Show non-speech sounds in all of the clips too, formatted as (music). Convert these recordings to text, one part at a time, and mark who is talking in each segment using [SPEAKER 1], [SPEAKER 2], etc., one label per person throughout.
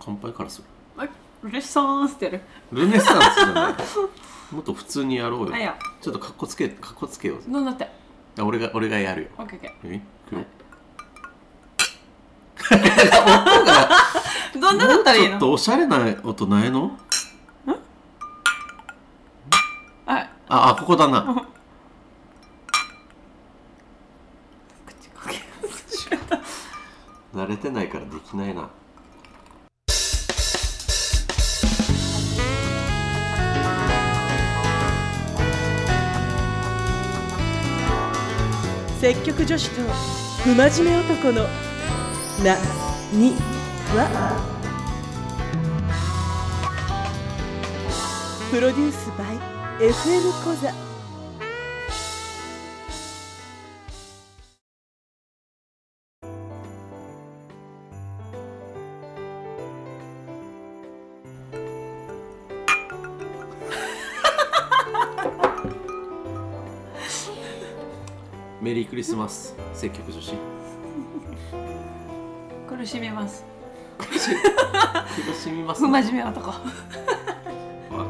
[SPEAKER 1] 乾杯からする
[SPEAKER 2] ルネッサンスってやる
[SPEAKER 1] ルネサンスじゃないもっと普通にやろうよ
[SPEAKER 2] あいや
[SPEAKER 1] ちょっとかっこつけかっこつけようぜ
[SPEAKER 2] なんだって
[SPEAKER 1] あ俺が俺がやるよ
[SPEAKER 2] オッケーオッケ
[SPEAKER 1] えいくよ
[SPEAKER 2] ーどんなだったらいい
[SPEAKER 1] もうちょっ
[SPEAKER 2] の
[SPEAKER 1] とおしゃれな音ないの
[SPEAKER 2] はい
[SPEAKER 1] ああここだ
[SPEAKER 2] (laughs)
[SPEAKER 1] な
[SPEAKER 2] 口かけ
[SPEAKER 1] 慣れてないからできないな
[SPEAKER 3] 積極女子と不真面目男のな、に、はプロデュース by FM 講座
[SPEAKER 1] メリークリスマス積極女子
[SPEAKER 2] 苦しみます
[SPEAKER 1] 苦しみます
[SPEAKER 2] 不
[SPEAKER 1] ね
[SPEAKER 2] 真面目男
[SPEAKER 1] わ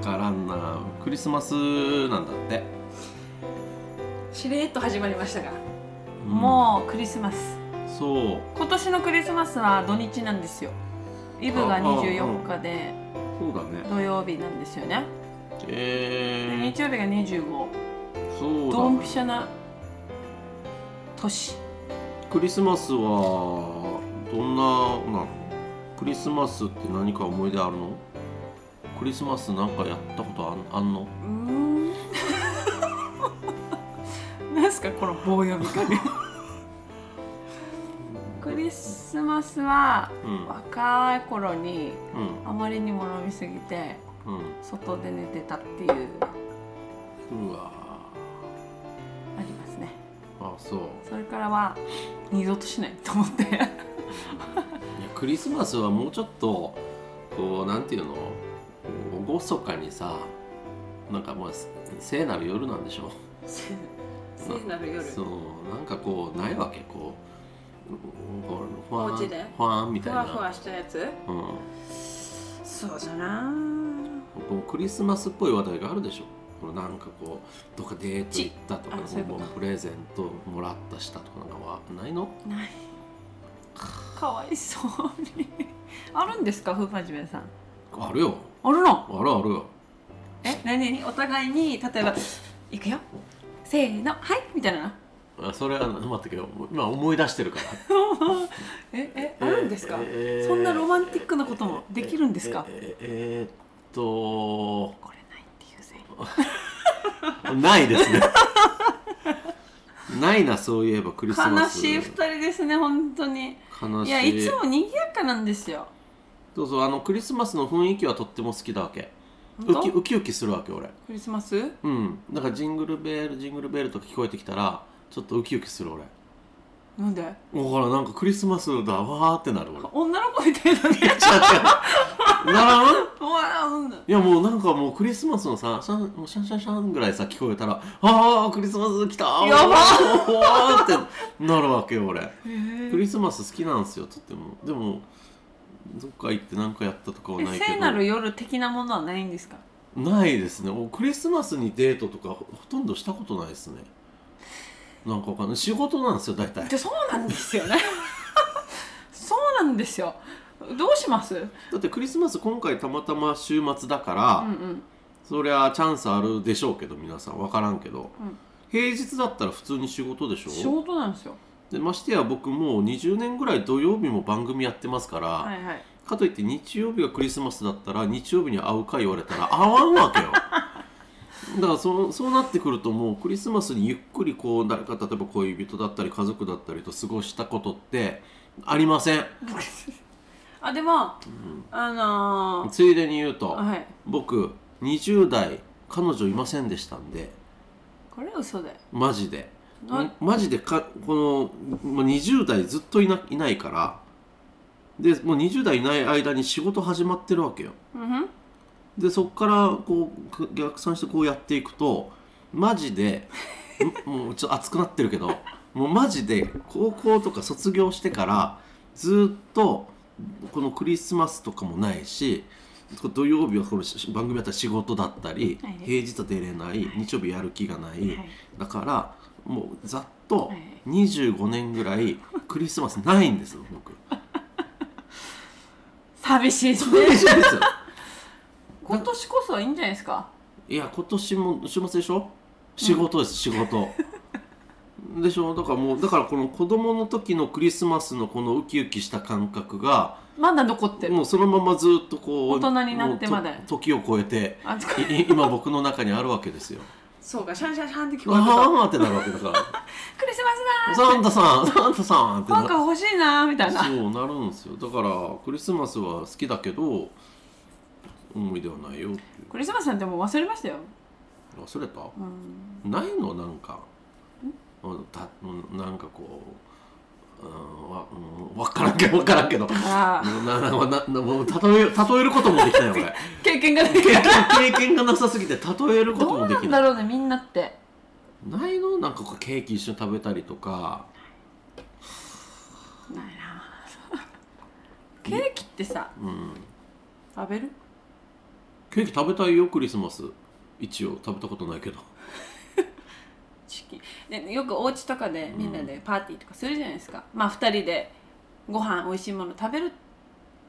[SPEAKER 1] からんなクリスマスなんだって、
[SPEAKER 2] しれっと始まりましたが、
[SPEAKER 1] うん
[SPEAKER 2] もうクリスマス
[SPEAKER 1] そう
[SPEAKER 2] 今年のクリスマスは土日なんですよイブが24日で
[SPEAKER 1] そうだね
[SPEAKER 2] 土曜日なんですよねで
[SPEAKER 1] え
[SPEAKER 2] 日曜日が25
[SPEAKER 1] ー、そう
[SPEAKER 2] ド
[SPEAKER 1] だ、
[SPEAKER 2] ン
[SPEAKER 1] ね、
[SPEAKER 2] ピシャな年
[SPEAKER 1] クリスマスはどんななのクリスマスって何か思い出あるのクリスマスなんかやったことあんあんの
[SPEAKER 2] うー (laughs) んなんすかこの棒読
[SPEAKER 1] (laughs)
[SPEAKER 2] み方クリスマスは
[SPEAKER 1] うん
[SPEAKER 2] 若い頃に
[SPEAKER 1] うん
[SPEAKER 2] あまりにも飲みすぎて
[SPEAKER 1] う
[SPEAKER 2] 外で寝てたっていう
[SPEAKER 1] んうわ
[SPEAKER 2] ありますね
[SPEAKER 1] ーあそう
[SPEAKER 2] それからは二度としないと思って
[SPEAKER 1] いやクリスマスはもうちょっとこうなんていうの厳かにさなんかもう聖なる夜なんでしょ聖な
[SPEAKER 2] る
[SPEAKER 1] そうなんかこうないわけこうこうふわ
[SPEAKER 2] お
[SPEAKER 1] ん
[SPEAKER 2] 家で
[SPEAKER 1] ふわんみたいな
[SPEAKER 2] したやつ
[SPEAKER 1] うん、
[SPEAKER 2] そうじゃな
[SPEAKER 1] こうクリスマスっぽい話題があるでしょこのなんかこうどっかデート行ったとか
[SPEAKER 2] ちあそういうこと
[SPEAKER 1] もうプレゼントもらったしたとかなんかはないの
[SPEAKER 2] ないかわいそうにあるんですかふまじめさん
[SPEAKER 1] あるよ
[SPEAKER 2] あるの
[SPEAKER 1] あるあるよ
[SPEAKER 2] え何々お互いに例えば「いくよせーのはい」みたい
[SPEAKER 1] (laughs)
[SPEAKER 2] な
[SPEAKER 1] あそれは待ってけど今思い出してるから
[SPEAKER 2] ええ (laughs) あるんですか、
[SPEAKER 1] えー
[SPEAKER 2] そんなロマンティックなこともできるんですか、
[SPEAKER 1] えええーっと
[SPEAKER 2] これないっていうぜ
[SPEAKER 1] ないですね (laughs) ないなそういえばクリスマ
[SPEAKER 2] 悲
[SPEAKER 1] ス
[SPEAKER 2] しい二人ですね本当に
[SPEAKER 1] 悲しい
[SPEAKER 2] いやいつも賑やかなんですよ
[SPEAKER 1] そうそうあのクリスマスの雰囲気はとっても好きだわけウ
[SPEAKER 2] 本
[SPEAKER 1] キ
[SPEAKER 2] 当
[SPEAKER 1] ウキウキするわけ俺
[SPEAKER 2] クリスマス
[SPEAKER 1] うんだからジングルベールジングルベールとか聞こえてきたらちょっとウキウキする俺
[SPEAKER 2] なんで
[SPEAKER 1] ほらなんかクリスマスだわーってなる俺 (laughs) 違
[SPEAKER 2] 女の子みたいだ (laughs) ね
[SPEAKER 1] う違うならん
[SPEAKER 2] うわうんだ
[SPEAKER 1] いやもうなんかもうクリスマスのさシャンもうシャンシャンシャンぐらいさ聞こえたら「ああクリスマス来たー!」
[SPEAKER 2] やば
[SPEAKER 1] ーわーってなるわけよ俺
[SPEAKER 2] へー
[SPEAKER 1] クリスマス好きなんですよとってもでもどっか行って何かやったとかは
[SPEAKER 2] え
[SPEAKER 1] ないけ
[SPEAKER 2] 聖なる
[SPEAKER 1] ど
[SPEAKER 2] 夜的なものはないんですか
[SPEAKER 1] ないですねもうクリスマスにデートとかほほとんどしたことないですねなんかわかんない仕事なんですよ大体
[SPEAKER 2] でそうなんですよね (laughs) そうなんですよどうしますうん
[SPEAKER 1] だってクリスマス今回たまたま週末だから、
[SPEAKER 2] うん
[SPEAKER 1] そりゃチャンスあるでしょうけど皆さん分からんけど、
[SPEAKER 2] うん
[SPEAKER 1] 平日だったら普通に仕事でしょ
[SPEAKER 2] 仕事なんですよ
[SPEAKER 1] でましてや僕もう20年ぐらい土曜日も番組やってますから、
[SPEAKER 2] はいはい (laughs)
[SPEAKER 1] かといって日曜日がクリスマスだったら日曜日に会うか言われたら会わんわ
[SPEAKER 2] (laughs)
[SPEAKER 1] けよだからそのそうなってくるともうクリスマスにゆっくりこう誰か例えば恋人だったり家族だったりと過ごしたことってありません、
[SPEAKER 2] あでも
[SPEAKER 1] うん
[SPEAKER 2] あの
[SPEAKER 1] ついでに言うと、
[SPEAKER 2] ー、はい
[SPEAKER 1] 僕20代彼女いませんでしたんで
[SPEAKER 2] これ嘘だよ
[SPEAKER 1] マジで
[SPEAKER 2] な
[SPEAKER 1] マジでかこのまあ20代ずっといないないからでもう20代いない間に仕事始まってるわけよ
[SPEAKER 2] うんふん
[SPEAKER 1] でそこからこうく逆算してこうやっていくとマジで (laughs) んもうちょっと熱くなってるけどもうマジで高校とか卒業してからずっとこのクリスマスとかもないし土曜日はこのし番組だったら仕事だったり、
[SPEAKER 2] はいです
[SPEAKER 1] 平日は出れない、
[SPEAKER 2] はい
[SPEAKER 1] 日曜日やる気がない、
[SPEAKER 2] はい
[SPEAKER 1] だからもうざっと
[SPEAKER 2] はい
[SPEAKER 1] 25年ぐらいクリスマスないんですよ
[SPEAKER 2] (laughs)
[SPEAKER 1] 僕
[SPEAKER 2] 寂しいです
[SPEAKER 1] 嬉
[SPEAKER 2] ね
[SPEAKER 1] しいですよ
[SPEAKER 2] 今年こそはいいんじゃないですか
[SPEAKER 1] いや今年も週末でしょ仕事です、仕事でしょだからもうだからこの子供の時のクリスマスのこのウキウキした感覚が
[SPEAKER 2] まだ残ってる
[SPEAKER 1] もうそのままずっとこう
[SPEAKER 2] 大人になってまで
[SPEAKER 1] もうと時を超えて
[SPEAKER 2] あそこ
[SPEAKER 1] いい今僕の中にあるわけですよ
[SPEAKER 2] そうかシャンシャンシャン (laughs) って聞こえてた
[SPEAKER 1] わーってなるわけだか
[SPEAKER 2] クリスマ
[SPEAKER 1] ら
[SPEAKER 2] スだー
[SPEAKER 1] サンタさんサンタさんって
[SPEAKER 2] なんか
[SPEAKER 1] な
[SPEAKER 2] 欲しいなーみたいな
[SPEAKER 1] そうなるんですよだからクリスマスは好きだけど思い出はないよっていう
[SPEAKER 2] クリスマスなんてもう忘れましたよ、
[SPEAKER 1] 忘れた
[SPEAKER 2] うん、
[SPEAKER 1] ないのなんかあのたうんなんかこううんわうんわからんけどわからんけど
[SPEAKER 2] ああ
[SPEAKER 1] もうななななもう例え例えることもできない俺
[SPEAKER 2] 経験がない
[SPEAKER 1] 経験経験がなさすぎて例えること
[SPEAKER 2] ど
[SPEAKER 1] も
[SPEAKER 2] う
[SPEAKER 1] で
[SPEAKER 2] な
[SPEAKER 1] き
[SPEAKER 2] ん
[SPEAKER 1] な
[SPEAKER 2] だ
[SPEAKER 1] い
[SPEAKER 2] ろうねみんなって
[SPEAKER 1] ないのなんかこうケーキ一緒に食べたりとか
[SPEAKER 2] ないなケーキってさ
[SPEAKER 1] うん
[SPEAKER 2] 食べる
[SPEAKER 1] ケーキ食べたいよクリスマス一応食べたことないけど
[SPEAKER 2] チキンでよくお家とかでみんなでパーティーとかするじゃないですか、まあ2人でご飯美味しいもの食べる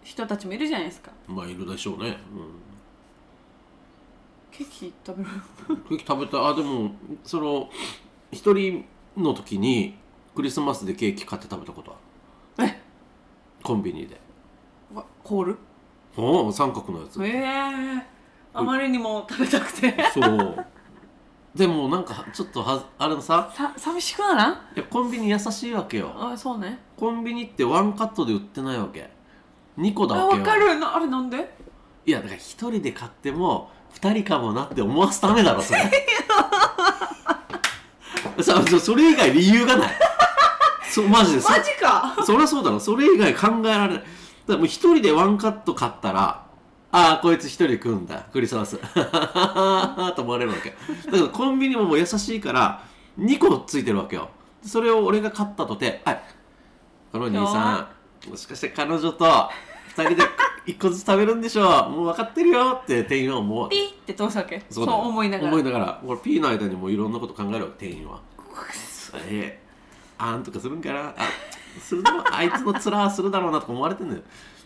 [SPEAKER 2] 人たちもいるじゃないですか
[SPEAKER 1] まあいるでしょうね、
[SPEAKER 2] ケーキ食べる
[SPEAKER 1] うん、ケーキ食べたいあでもその一人の時にクリスマスでケーキ買って食べたことあ
[SPEAKER 2] え
[SPEAKER 1] るコンビニで
[SPEAKER 2] わホール
[SPEAKER 1] おお三角のやつ
[SPEAKER 2] ええあまりにも食べたくて
[SPEAKER 1] そうでもなんかちょっとはあれのさ
[SPEAKER 2] さ寂しくならん
[SPEAKER 1] いやコンビニ優しいわけよ
[SPEAKER 2] あそうね
[SPEAKER 1] コンビニってワンカットで売ってないわけ2個だ
[SPEAKER 2] あ
[SPEAKER 1] わけ
[SPEAKER 2] 分
[SPEAKER 1] よ
[SPEAKER 2] かるなあれなんで
[SPEAKER 1] いやだから1人で買っても2人かもなって思わすためだろそ
[SPEAKER 2] (laughs)
[SPEAKER 1] れさそそれ以外理由がないそうマジでそ
[SPEAKER 2] マジか
[SPEAKER 1] (laughs) そりゃそうだろそれ以外考えられないだからもう1人でワンカット買ったらああこいつ1人で食うんだクリスマス (laughs) と思われるわけだからコンビニももう優しいから2個ついてるわけよそれを俺が買ったとて「はいこの兄さんもしかして彼女と2人で1個ず (laughs) つ食べるんでしょうもう分かってるよ」って店員は思う
[SPEAKER 2] ピーって通すわけそう
[SPEAKER 1] うだよ
[SPEAKER 2] 思いながら
[SPEAKER 1] 思いながら俺 P の間にもいろんなこと考えるわけ店員はえー、あんとかするんかなあするだろうあいつの (laughs) 面はするだろうなとか思われてんのよ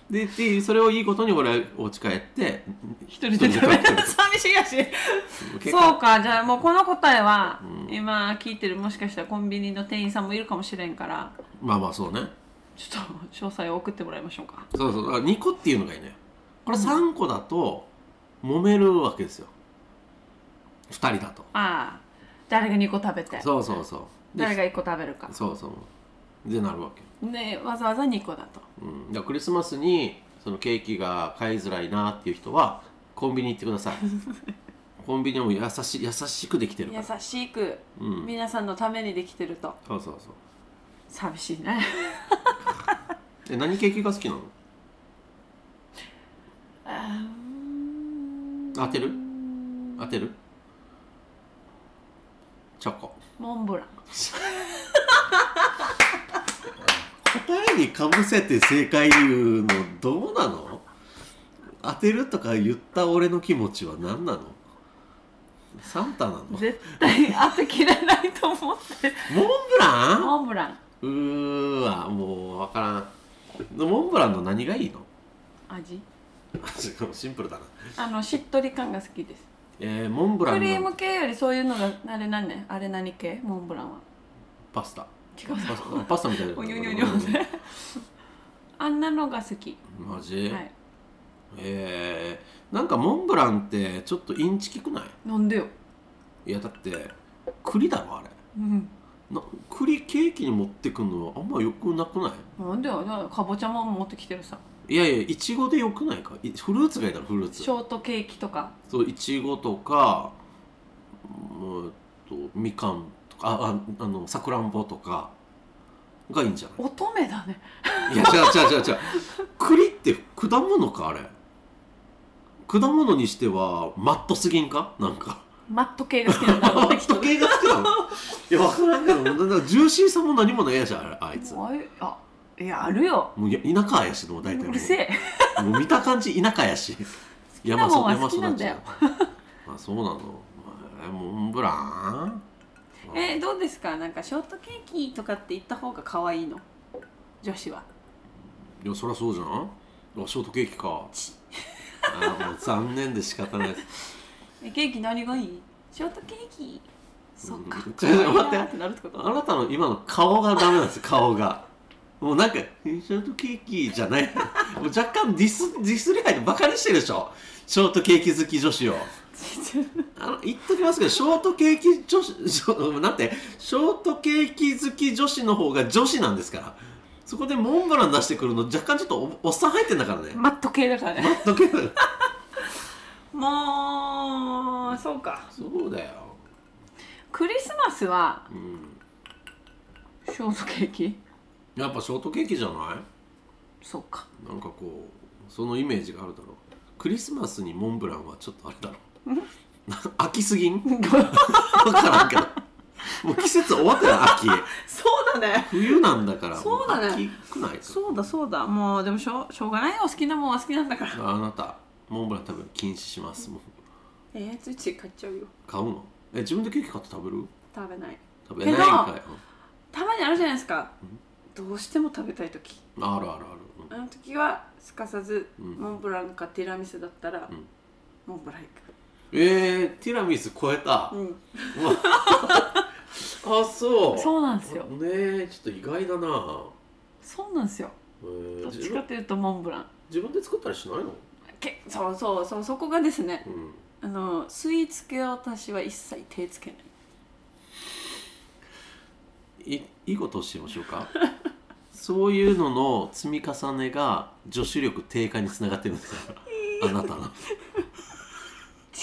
[SPEAKER 1] ででそれをいいことに俺はお家帰って
[SPEAKER 2] 一人で食べ
[SPEAKER 1] 一人で
[SPEAKER 2] たら寂しいやし
[SPEAKER 1] 結果
[SPEAKER 2] そうかじゃあもうこの答えは、
[SPEAKER 1] うん
[SPEAKER 2] 今聞いてるもしかしたらコンビニの店員さんもいるかもしれんから
[SPEAKER 1] まあまあそうね
[SPEAKER 2] ちょっと詳細を送ってもらいましょうか
[SPEAKER 1] そうそうだから2個っていうのがいいのよこれ3個だと揉めるわけですよ2人だと
[SPEAKER 2] ああ誰が2個食べて
[SPEAKER 1] そうそうそう
[SPEAKER 2] 誰
[SPEAKER 1] で
[SPEAKER 2] が1個食べるか
[SPEAKER 1] そうそうでなるわけ
[SPEAKER 2] でわざわざ2個だと
[SPEAKER 1] うん、だからクリスマスにそのケーキが買いづらいなっていう人はコンビニ行ってください
[SPEAKER 2] (laughs)
[SPEAKER 1] コンビニはもう優し優しくできてるから、
[SPEAKER 2] 優しく
[SPEAKER 1] うん、
[SPEAKER 2] 皆さんのためにできてると
[SPEAKER 1] そうそうそう
[SPEAKER 2] 寂しいね
[SPEAKER 1] え何ケーキが好きなの
[SPEAKER 2] あー
[SPEAKER 1] 当てる当てるチョコ
[SPEAKER 2] モンブラン
[SPEAKER 1] 答えにかぶせて正解言うのどうなの当てるとか言った俺の気持ちは何なのサンタなのモンブ
[SPEAKER 2] 絶対当てきれないと思って
[SPEAKER 1] ラン
[SPEAKER 2] モンブラン
[SPEAKER 1] うーわもう分からんモンブランの何がいいの (laughs)
[SPEAKER 2] 味
[SPEAKER 1] シンプルだな
[SPEAKER 2] あのしっとり感が好きです
[SPEAKER 1] えー、モンブラ
[SPEAKER 2] クリー
[SPEAKER 1] ンの
[SPEAKER 2] ム系よりそういうのがあれなんねあれ何系モンブランは
[SPEAKER 1] パスタ
[SPEAKER 2] 違う
[SPEAKER 1] パスタパスタみたいな
[SPEAKER 2] おにょにょにょ (laughs) ねあんなのが好き
[SPEAKER 1] マジ、
[SPEAKER 2] はい
[SPEAKER 1] えー、なんかモンブランってちょっとインチキくない
[SPEAKER 2] なんでよ
[SPEAKER 1] いやだって栗だろあれ
[SPEAKER 2] うん
[SPEAKER 1] な栗ケーキに持ってくんのあんまよくなくな
[SPEAKER 2] なんでよだからかぼちゃも持ってきてるさ
[SPEAKER 1] いいやいやいちごでよくないかいフルーツがいいだろフルーツ
[SPEAKER 2] ショートケーキとか
[SPEAKER 1] そういちごとかうんとみかんとかあああのさくらんぼとかがいいんじゃな
[SPEAKER 2] 乙女だね (laughs)
[SPEAKER 1] いいや違う違う違う違う栗って果物かあれ果物にしてはマットすぎんかなんか
[SPEAKER 2] マット系が好きなんだ
[SPEAKER 1] マ (laughs)
[SPEAKER 2] ろうね
[SPEAKER 1] ット系が好きなのいや分からんけどなんかジューシーさも何もないやじゃんあれあいつ
[SPEAKER 2] あいあいやあるよ
[SPEAKER 1] もうや田舎やしもう大体
[SPEAKER 2] う
[SPEAKER 1] も
[SPEAKER 2] るせえ
[SPEAKER 1] うもう見た感じ田舎やし
[SPEAKER 2] なもんは好きなんだよ
[SPEAKER 1] 山育ち (laughs) あそうなの、まあモンブラン
[SPEAKER 2] えどうですかなんかショートケーキとかって言った方が可愛いの女子はい
[SPEAKER 1] やそりゃそうじゃんあショートケーキかあもう残念で仕方ないです
[SPEAKER 2] えケーキ何がいいショートケーキそっか
[SPEAKER 1] うん
[SPEAKER 2] 可愛いな
[SPEAKER 1] 待って
[SPEAKER 2] ってなるってこと
[SPEAKER 1] あなたの今の顔がダメなんですよ顔がもうなんか「えショートケーキ」じゃないもう若干ディスディスり合いでバカにしてるでしょショートケーキ好き女子をあの言っときますけどショートケーキ女子ショなんてショートケーキ好き女子の方が女子なんですからそこでモンブラン出してくるの若干ちょっとおおっさん入ってんだからね
[SPEAKER 2] (laughs) マット系だからね
[SPEAKER 1] 待っとけよ
[SPEAKER 2] もうそうか
[SPEAKER 1] そうだよ、
[SPEAKER 2] クリスマスは
[SPEAKER 1] うん、
[SPEAKER 2] ショートケーキ
[SPEAKER 1] やっぱショートケーキじゃない
[SPEAKER 2] そうか
[SPEAKER 1] なんかこうそのイメージがあるだろうクリスマスにモンブランはちょっとあれだろう (laughs) 飽きすぎん分からんけどもう季節終わったよ秋
[SPEAKER 2] (laughs) そうだね
[SPEAKER 1] 冬なんだから
[SPEAKER 2] そうだね
[SPEAKER 1] も秋くないか
[SPEAKER 2] そうだそうだもうでもしょうしょうがないよ好きなもんは好きなんだから
[SPEAKER 1] あなたモンブラン多分禁止しますもう
[SPEAKER 2] えー、ついつい買っちゃうよ
[SPEAKER 1] 買うのえ自分でケーキ買って食べる
[SPEAKER 2] 食べない
[SPEAKER 1] 食べないんかい
[SPEAKER 2] たまにあるじゃないですか
[SPEAKER 1] うん
[SPEAKER 2] どうしても食べたい時
[SPEAKER 1] うんあるあるあるうん
[SPEAKER 2] あの時はすかさず
[SPEAKER 1] うん
[SPEAKER 2] モンブランかティラミスだったら、
[SPEAKER 1] うん
[SPEAKER 2] モンブラン行
[SPEAKER 1] えー、ティラミス超えた、
[SPEAKER 2] く、
[SPEAKER 1] うわ (laughs) あそう
[SPEAKER 2] そうなんで
[SPEAKER 1] です
[SPEAKER 2] よ
[SPEAKER 1] ねえちょっと意外だな、
[SPEAKER 2] そうなんですよ
[SPEAKER 1] えー
[SPEAKER 2] どっ
[SPEAKER 1] 自
[SPEAKER 2] ちか
[SPEAKER 1] 分
[SPEAKER 2] というとモンブラン
[SPEAKER 1] 自分で作ったりしないの
[SPEAKER 2] けそうそうそうそこがですね
[SPEAKER 1] うん
[SPEAKER 2] あのスイーツ系は私は一切手つけない
[SPEAKER 1] いいいことをしましょうか (laughs) そういうのの積み重ねが女子力低下につながってるんですよあなたの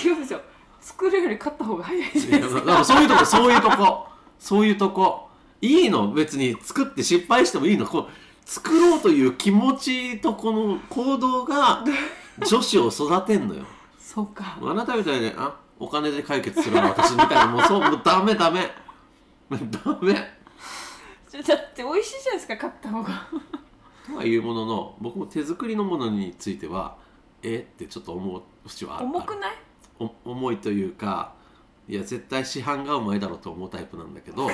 [SPEAKER 2] 違うんですよ作るより買った方が早いじゃないい
[SPEAKER 1] や
[SPEAKER 2] です
[SPEAKER 1] だ
[SPEAKER 2] か
[SPEAKER 1] からそういうとこそういうとこそういうとこいいの別に作って失敗してもいいのこう作ろうという気持ちとこの行動が女子を育てんのよ
[SPEAKER 2] そうか
[SPEAKER 1] あなたみたいにあお金で解決するの私みたいなもうそうもうダメダメダメ
[SPEAKER 2] ちょだって美味しいじゃないですか買った方が
[SPEAKER 1] とはいうものの僕も手作りのものについてはえってちょっと思う節はある
[SPEAKER 2] 重くない
[SPEAKER 1] お重いというかいや絶対市販がうまいだろうと思うタイプなんだけ
[SPEAKER 2] (laughs)
[SPEAKER 1] ど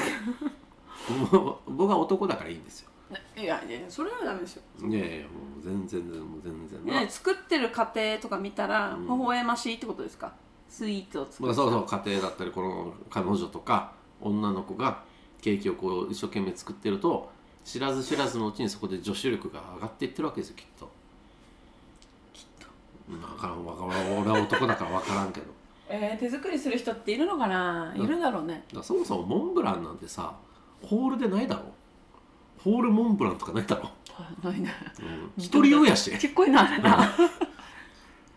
[SPEAKER 1] もう僕は男だからいいんですよ
[SPEAKER 2] いやいやそれはダメでしょ
[SPEAKER 1] いやいやいやもう全然全然もう全然
[SPEAKER 2] ね、作ってる過程とか見たら
[SPEAKER 1] うん
[SPEAKER 2] 微笑ましいってことですか、スイーツを作
[SPEAKER 1] ま
[SPEAKER 2] る
[SPEAKER 1] あ、そうそう家庭だったりこの彼女とか女の子がケーキをこう一生懸命作ってると知らず知らずのうちにそこで女子力が上がっていってるわけですよきっと
[SPEAKER 2] きっと
[SPEAKER 1] まあわからんわからん俺は男だから分からんけどだか
[SPEAKER 2] えー手作りする人っているのかな、
[SPEAKER 1] うん
[SPEAKER 2] いるだろうね
[SPEAKER 1] らそもそもモンブランなんてさホールでないだろホールモンブランとかないだろ、
[SPEAKER 2] ないね
[SPEAKER 1] うん、一人用やし
[SPEAKER 2] ちっこいのあれな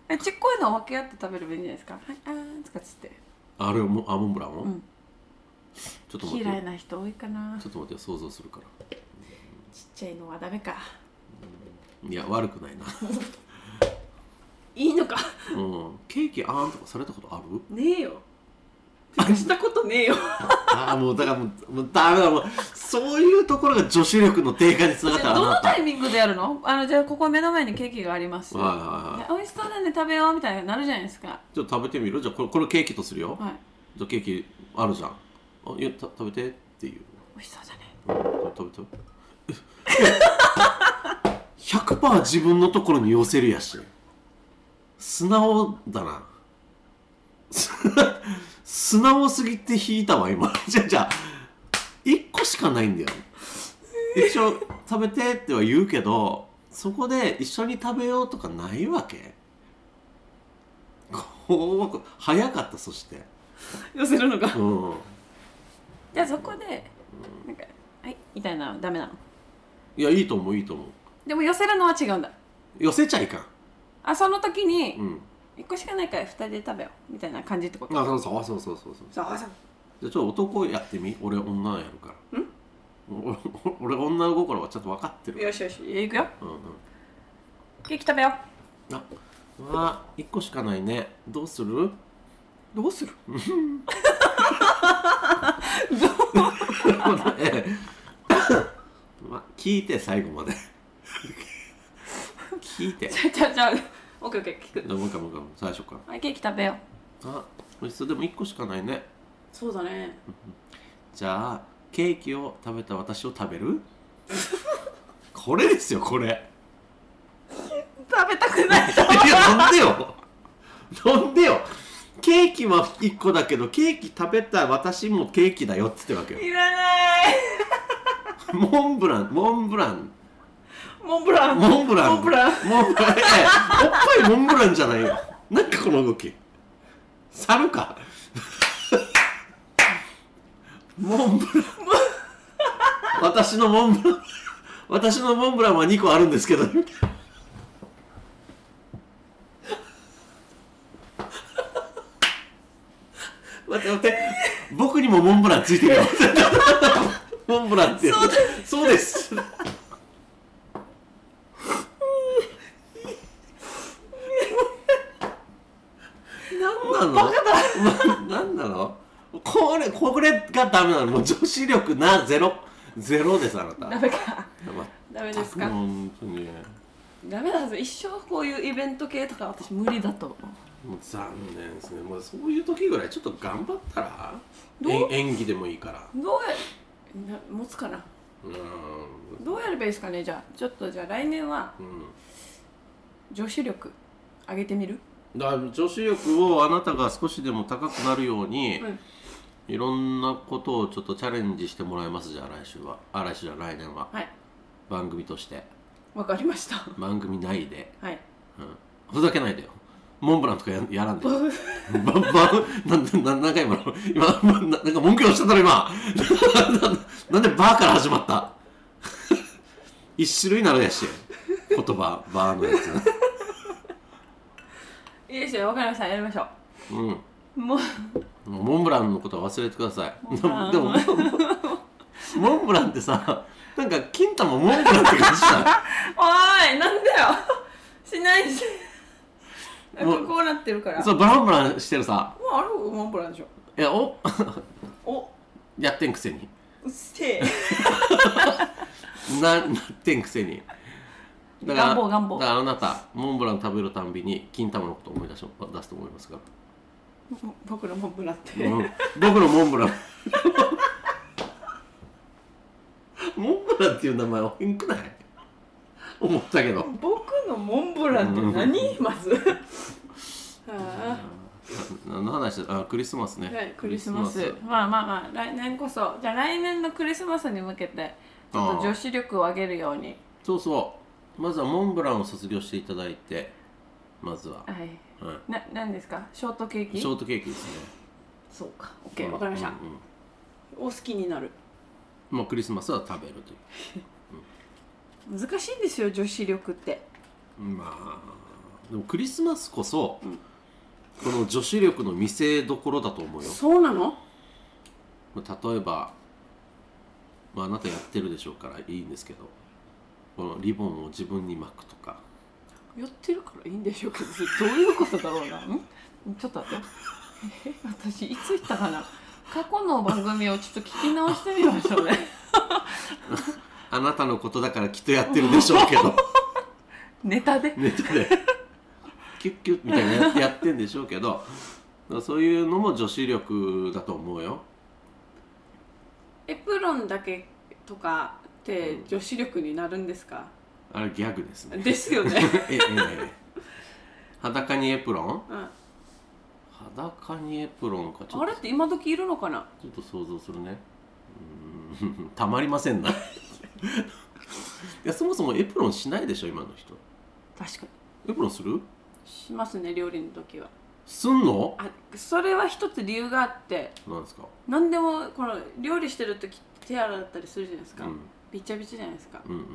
[SPEAKER 2] えちっこいのを分け合って食べればいいんじゃないですかはいあーとかっつって
[SPEAKER 1] あれもあモンブランを、
[SPEAKER 2] うん
[SPEAKER 1] ちょっと待って
[SPEAKER 2] 嫌い
[SPEAKER 1] よ
[SPEAKER 2] な人多いかな
[SPEAKER 1] ちょっと待ってよ想像するから
[SPEAKER 2] ちっちゃいのはダメか
[SPEAKER 1] いや悪くないな、
[SPEAKER 2] いいのか
[SPEAKER 1] うん、ケーキあーんとかされたことある
[SPEAKER 2] ねえよてかしたことねえよ
[SPEAKER 1] ああもうだからもうもうダメだもうそういうところが女子力の低下につながっ
[SPEAKER 2] じ
[SPEAKER 1] た
[SPEAKER 2] ゃ
[SPEAKER 1] あ
[SPEAKER 2] あどの
[SPEAKER 1] なた
[SPEAKER 2] タイミングでやるのあのじゃあここ目の前にケーキがあります、
[SPEAKER 1] はいはいはい
[SPEAKER 2] いや美味しそうだね食べようみたいになるじゃないですか
[SPEAKER 1] ちょっと食べてみるじゃあこれこれケーキとするよ、
[SPEAKER 2] はい
[SPEAKER 1] じゃあケーキあるじゃんあいやた食べてっていう、
[SPEAKER 2] 美味しそうだね
[SPEAKER 1] うん、食べて100%自分のところに寄せるやし素直だなす素直すぎて引いたわ今 (laughs) じゃあじゃあ1個しかないんだよ一応食べてっては言うけどそこで一緒に食べようとかないわけこう早かったそして
[SPEAKER 2] 寄せるのか
[SPEAKER 1] うん
[SPEAKER 2] じゃあそこでなんか「はい」みたいなのダメなの
[SPEAKER 1] いやいいと思ういいと思う
[SPEAKER 2] でも寄せるのは違うんだ
[SPEAKER 1] 寄せちゃいかん
[SPEAKER 2] あその時に
[SPEAKER 1] うん
[SPEAKER 2] 1個しかないから2人で食べようみたいな感じってこと
[SPEAKER 1] あそうそうそうそうそうそう
[SPEAKER 2] そうそう
[SPEAKER 1] じゃあちょっと男やってみ俺女やるからん (laughs) 俺俺女の心はちょっと分かってる
[SPEAKER 2] よしよしいくよ
[SPEAKER 1] うんうん
[SPEAKER 2] ケーキ食べよ
[SPEAKER 1] あうわ1個しかないねどうする
[SPEAKER 2] (laughs) うどう
[SPEAKER 1] (laughs)
[SPEAKER 2] す (laughs) る
[SPEAKER 1] ええまあ、聞いて最後まで (laughs) 聞いて
[SPEAKER 2] じゃ (laughs) あじゃあじゃあオッケーオッケー聞く
[SPEAKER 1] もう一回もう一回もう最初から
[SPEAKER 2] はいケーキ食べよう
[SPEAKER 1] あ美味しそうでも1個しかないね
[SPEAKER 2] そうだね
[SPEAKER 1] じゃあケーキを食べた私を食べるこれですよこれい
[SPEAKER 2] 食べたくないと思う
[SPEAKER 1] やなんでよなんでよケーキは1個だけどケーキ食べた私もケーキだよっつってわけよ
[SPEAKER 2] いらない
[SPEAKER 1] モンブランモンブラン
[SPEAKER 2] モンブラン
[SPEAKER 1] モンブラン
[SPEAKER 2] モンブラン
[SPEAKER 1] モンブランええおっぱいモンブランじゃないよなんかこの動き猿かモンブ
[SPEAKER 2] (laughs)
[SPEAKER 1] ラン私のモンブラン私のモンブランは2個あるんですけど待って待って僕にもモンブランついてるよモンブランってやつ
[SPEAKER 2] そうだ
[SPEAKER 1] そうですなんなのまなんなのこれこれがダメなのもう女子力なゼロゼロですあなた
[SPEAKER 2] ダメかダメ
[SPEAKER 1] 全
[SPEAKER 2] です
[SPEAKER 1] く
[SPEAKER 2] か
[SPEAKER 1] 本当に
[SPEAKER 2] ダメだぞ一生こういうイベント系とか私無理だと思う
[SPEAKER 1] もう残念ですねもうそういう時ぐらいちょっと頑張ったら
[SPEAKER 2] どう
[SPEAKER 1] え演技でもいいから
[SPEAKER 2] どうやな持つかな
[SPEAKER 1] うーん
[SPEAKER 2] どうやればいいですかねじゃあちょっとじゃあ来年は
[SPEAKER 1] うん
[SPEAKER 2] 女子力上げてみる
[SPEAKER 1] だから女子力をあなたが少しでも高くなるように、
[SPEAKER 2] うん
[SPEAKER 1] いろんなことをちょっとチャレンジしてもらいますじゃあ来週はあ来週じゃない来年は
[SPEAKER 2] はい
[SPEAKER 1] 番組として
[SPEAKER 2] わかりました
[SPEAKER 1] 番組内で
[SPEAKER 2] はい
[SPEAKER 1] うんふざけないでよモンブランとかややらんでよばばなんでな何回も今ななんか文句をしただろ今 (laughs) ななんでバーから始まった一種類なのやし言葉バーのやつ
[SPEAKER 2] いいですよわかりましたやりましょ
[SPEAKER 1] うん
[SPEAKER 2] うもう
[SPEAKER 1] モンブランのことは忘れてください
[SPEAKER 2] ンブラン
[SPEAKER 1] でもモンブランってさなんか金太もモンブランって感じした
[SPEAKER 2] おーいなんだよしないしなんかこうなってるか
[SPEAKER 1] (laughs)
[SPEAKER 2] ら
[SPEAKER 1] そうブランブランしてるさ
[SPEAKER 2] もうあるモンブランでしょ
[SPEAKER 1] いやお
[SPEAKER 2] お
[SPEAKER 1] やってんくせに
[SPEAKER 2] うっせえ
[SPEAKER 1] なな (laughs) ってんくせにだから
[SPEAKER 2] 願望願望
[SPEAKER 1] だからあなたモンブラン食べるたんびに金玉のこと思い出し出すと思いますか
[SPEAKER 2] ぼ (laughs) 僕のモンブランって
[SPEAKER 1] ら、うん僕のモンブ (laughs) ランモンブランっていう名前は変くない思ったけど
[SPEAKER 2] 僕のモンブランって何まずあ
[SPEAKER 1] な何の話だあクリスマスね、
[SPEAKER 2] あはいクリスマスまあまあまあ来年こそじゃあ来年のクリスマスに向けてちょっと女子力を上げるように
[SPEAKER 1] そうそうまずはモンブランを卒業していただいてまずは、
[SPEAKER 2] はい
[SPEAKER 1] は
[SPEAKER 2] な何ですかショートケー
[SPEAKER 1] い、
[SPEAKER 2] キ
[SPEAKER 1] ショートケーキですね
[SPEAKER 2] そうか OK わかりました、
[SPEAKER 1] うんうんうん
[SPEAKER 2] お好きになる
[SPEAKER 1] まあ、クリスマスは食べるという
[SPEAKER 2] 難しいんですよ女子力って
[SPEAKER 1] まあでもクリスマスこそ、
[SPEAKER 2] うん
[SPEAKER 1] この女子力の見せどころだと思うよ、
[SPEAKER 2] そうなの
[SPEAKER 1] まあ、例えば、まああなたやってるでしょうからいいんですけどこのリボンを自分に巻くとか
[SPEAKER 2] やってるからいいんでしょうけどそれどういうことだろう (laughs) なんちょっと待ってえ私いつ言ったかな過去の番組をちょっと聞き直してみましょう (laughs) ね
[SPEAKER 1] あなたのことだからきっとやってるでしょうけ
[SPEAKER 2] (laughs)
[SPEAKER 1] ど
[SPEAKER 2] ネタで
[SPEAKER 1] ネットでキュッキュッみたいなやってやってんでしょうけどだからそういうのも女子力だと思うよ
[SPEAKER 2] エプロンだけとかって女子力になるんですか (laughs)
[SPEAKER 1] あれギャグですね
[SPEAKER 2] です
[SPEAKER 1] (laughs)
[SPEAKER 2] よね
[SPEAKER 1] ええええ裸にエプロン
[SPEAKER 2] うん、あ
[SPEAKER 1] 裸にエプロンかちょっと
[SPEAKER 2] れって今時いるのかな
[SPEAKER 1] ちょっと想像するねうーん (laughs) たまりませんないやそもそもエプロンしないでしょ今の人
[SPEAKER 2] 確か
[SPEAKER 1] エプロンする
[SPEAKER 2] にしますね料理の時は
[SPEAKER 1] すんの
[SPEAKER 2] あそれは一つ理由があって
[SPEAKER 1] なんですか
[SPEAKER 2] 何でもこの料理してる時って手洗ったりするじゃないです
[SPEAKER 1] う
[SPEAKER 2] か、
[SPEAKER 1] ん
[SPEAKER 2] びちゃびちゃじゃないですか
[SPEAKER 1] うんうん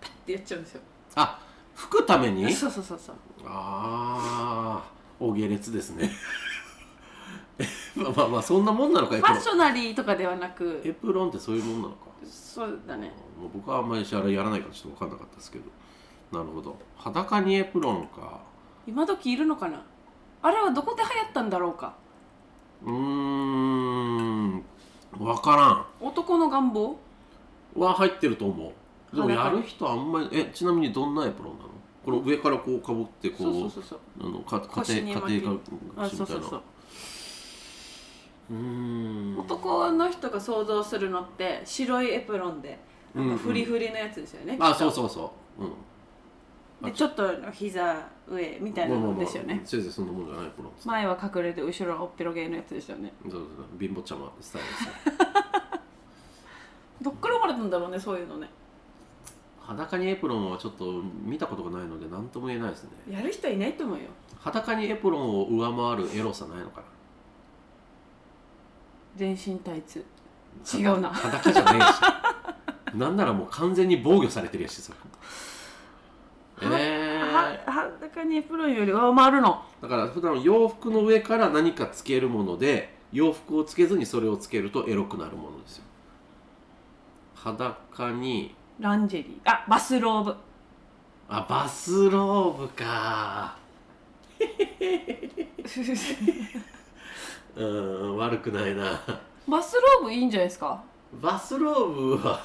[SPEAKER 2] パッてやっちゃうんですよ
[SPEAKER 1] あ拭くために
[SPEAKER 2] そうそうそうそう
[SPEAKER 1] ああ大下劣ですね (laughs) まあまあまあそんなもんなのかエ
[SPEAKER 2] フ
[SPEAKER 1] プロ
[SPEAKER 2] ァ
[SPEAKER 1] ン
[SPEAKER 2] ッショナリーとかではな
[SPEAKER 1] エ
[SPEAKER 2] く
[SPEAKER 1] プロンってそういうもんなのか
[SPEAKER 2] そうだね
[SPEAKER 1] もう僕はあんまりあれやらないからちょっと分かんなかったですけどなるほど裸にエプロンか
[SPEAKER 2] 今時いるのかなあれはどこで流行ったんだろうか
[SPEAKER 1] うーん分からん
[SPEAKER 2] 男の願望
[SPEAKER 1] は入ってると思うでもやる人あんまりえちなみにどんなエプロンなのこの上からこうかぶってこう
[SPEAKER 2] そうそうそうそう
[SPEAKER 1] あのか家
[SPEAKER 2] 腰に
[SPEAKER 1] 庭
[SPEAKER 2] 巻き
[SPEAKER 1] 家庭
[SPEAKER 2] あ
[SPEAKER 1] 科
[SPEAKER 2] そうそうそう
[SPEAKER 1] うーん
[SPEAKER 2] 男の人が想像するのって白いエプロンでなんかフリフリのやつですよね、
[SPEAKER 1] あそうそうそううん
[SPEAKER 2] でちょっと膝上みたいなのですよ
[SPEAKER 1] まあまあま
[SPEAKER 2] ね
[SPEAKER 1] あせいぜいそんなもんじゃないプロンそう
[SPEAKER 2] 前は隠れて後ろはおっぺろげのやつですよね
[SPEAKER 1] そうそう貧乏ちゃまスタイルですよ
[SPEAKER 2] どっから生まれたんだろうねそういうのね
[SPEAKER 1] 裸にエプロンはちょっと見たことがないので何とも言えないですね
[SPEAKER 2] やる人いないと思うよ
[SPEAKER 1] 裸にエプロンを上回るエロさないのかな
[SPEAKER 2] 全身タイツ違うな
[SPEAKER 1] 裸じゃねえしなんならもう完全に防御されてるやしさえー、
[SPEAKER 2] 裸にエプロンより上回るの
[SPEAKER 1] だから普段洋服の上から何かつけるもので洋服をつけずにそれをつけるとエロくなるものですよ裸に
[SPEAKER 2] ランジェリーあバス
[SPEAKER 1] (laughs)
[SPEAKER 2] ローブ
[SPEAKER 1] あバスローブかうーん悪くないな
[SPEAKER 2] バスローブいいんじゃないですか
[SPEAKER 1] バスローブは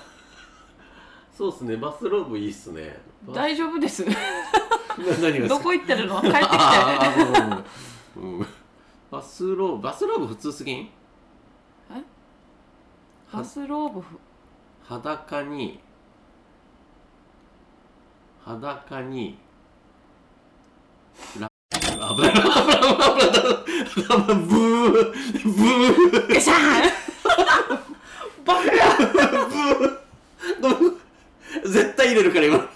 [SPEAKER 1] そうっすねバスローブいいっすねバ
[SPEAKER 2] 大丈夫です
[SPEAKER 1] な何がです
[SPEAKER 2] ど
[SPEAKER 1] か
[SPEAKER 2] こ行ってるの帰ってきて
[SPEAKER 1] あー (laughs) あーうんうんバスローブバスローブ普通すぎん
[SPEAKER 2] バスローブふ
[SPEAKER 1] 裸に裸にラ危ない危ない危ない危ないブーブー
[SPEAKER 2] ガシャ
[SPEAKER 1] (laughs)
[SPEAKER 2] ンバカ
[SPEAKER 1] どう (laughs) 絶対入れるから今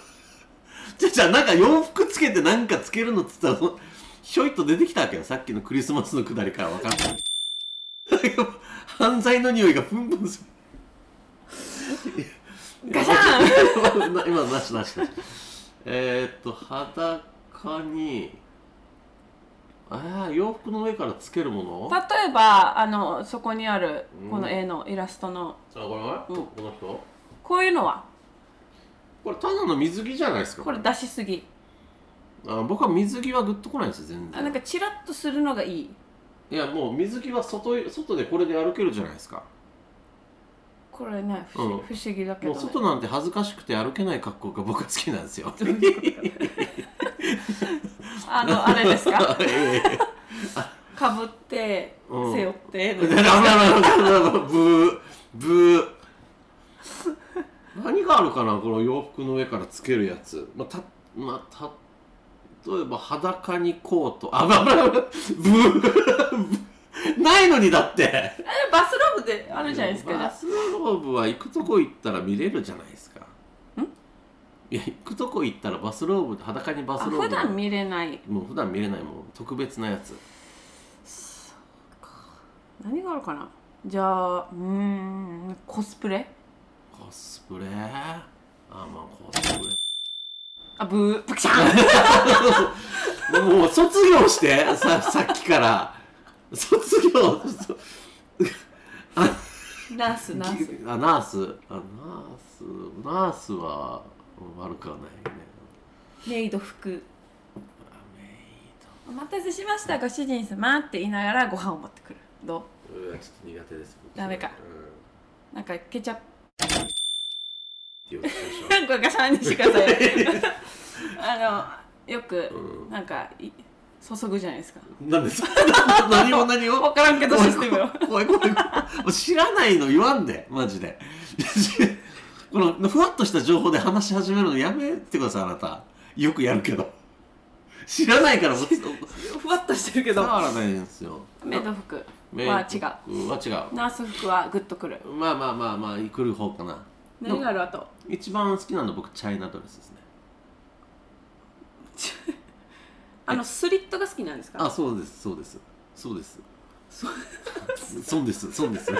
[SPEAKER 1] じゃじゃあなんか洋服つけてなんかつけるのっつったらそのひょいっと出てきたわけよさっきのクリスマスのくだりからわかんない犯罪の匂いがプンプンする
[SPEAKER 2] ガシャン
[SPEAKER 1] ン今のなしなしなしえー、っと裸にああ洋服の上からつけるものあ
[SPEAKER 2] 例えばあのそこにある
[SPEAKER 1] うん
[SPEAKER 2] この絵のイラストの、
[SPEAKER 1] これ、
[SPEAKER 2] うん
[SPEAKER 1] この人
[SPEAKER 2] こういうのは
[SPEAKER 1] これただの水着じゃないですか
[SPEAKER 2] これ出しすぎ
[SPEAKER 1] あ僕は水着はグッとこないんですよ全
[SPEAKER 2] あ
[SPEAKER 1] 然
[SPEAKER 2] なんかチラッとするのがいい
[SPEAKER 1] いやもう水着は外い外でこれで歩けるじゃないですか
[SPEAKER 2] これね不思,、
[SPEAKER 1] うん
[SPEAKER 2] 不思議だけ
[SPEAKER 1] も
[SPEAKER 2] ど、
[SPEAKER 1] う
[SPEAKER 2] ね、
[SPEAKER 1] 外なんて恥ずかしくて歩けない格好が僕は好きなんですよ
[SPEAKER 2] あのあれですか
[SPEAKER 1] あ (laughs) ええ
[SPEAKER 2] かぶって、
[SPEAKER 1] うん
[SPEAKER 2] 背負って
[SPEAKER 1] 危 (laughs) ない危ない危ないブーブー何があるかなこの洋服の上からつけるやつまあたまあた例えば裸にコートあ危ない危ないブーブーないのにだって
[SPEAKER 2] あれバスローブであるじゃないですかじゃ
[SPEAKER 1] バ
[SPEAKER 2] あ
[SPEAKER 1] スローブは行くとこ行ったら見れるじゃないですかいや行くとこ行ったらバスローブ裸にバ
[SPEAKER 2] あ
[SPEAKER 1] スローブ
[SPEAKER 2] 普段見れない
[SPEAKER 1] もう普段見れないもう特別なやつ
[SPEAKER 2] 何があるかなじゃあうーんコスプレ
[SPEAKER 1] コスプレあまあコスプ
[SPEAKER 2] あブーパクシャン
[SPEAKER 1] レもう卒業してささっきから卒業そ (laughs)
[SPEAKER 2] ナースナース
[SPEAKER 1] あナースあナースナースは悪くはないね
[SPEAKER 2] メイド服
[SPEAKER 1] あメ
[SPEAKER 2] お待たせしましたご主人様って言いながらご飯を持ってくるどう
[SPEAKER 1] イドうわちょっと苦手です僕
[SPEAKER 2] ダメか
[SPEAKER 1] うん
[SPEAKER 2] なんかケチャップ
[SPEAKER 1] って言おうとしてるでしょ
[SPEAKER 2] これガシャンにしてくださ (laughs) いあのよく
[SPEAKER 1] う
[SPEAKER 2] なんかい注ぐじゃないですか
[SPEAKER 1] なんです (laughs) 何を何を
[SPEAKER 2] 分からんけどシステムを
[SPEAKER 1] 怖い怖い怖いもう知らないの言わんでマジで (laughs) このふわっとした情報で話し始めるのやめてくださいあなたよくやるけど知らないからもう
[SPEAKER 2] ふわっとしてるけ
[SPEAKER 1] 伝
[SPEAKER 2] ど
[SPEAKER 1] わらないんですよ
[SPEAKER 2] メイド服
[SPEAKER 1] メ
[SPEAKER 2] は
[SPEAKER 1] イ
[SPEAKER 2] 違
[SPEAKER 1] クは違う
[SPEAKER 2] ナース服はグッとくる
[SPEAKER 1] まあまあまあまあ来る方かな
[SPEAKER 2] 何があるあと
[SPEAKER 1] 一番好きなの僕チャイナドレスですね
[SPEAKER 2] あのスリットが好きなんです
[SPEAKER 1] あ
[SPEAKER 2] か
[SPEAKER 1] そうですそうですそうです (laughs) そうですそうです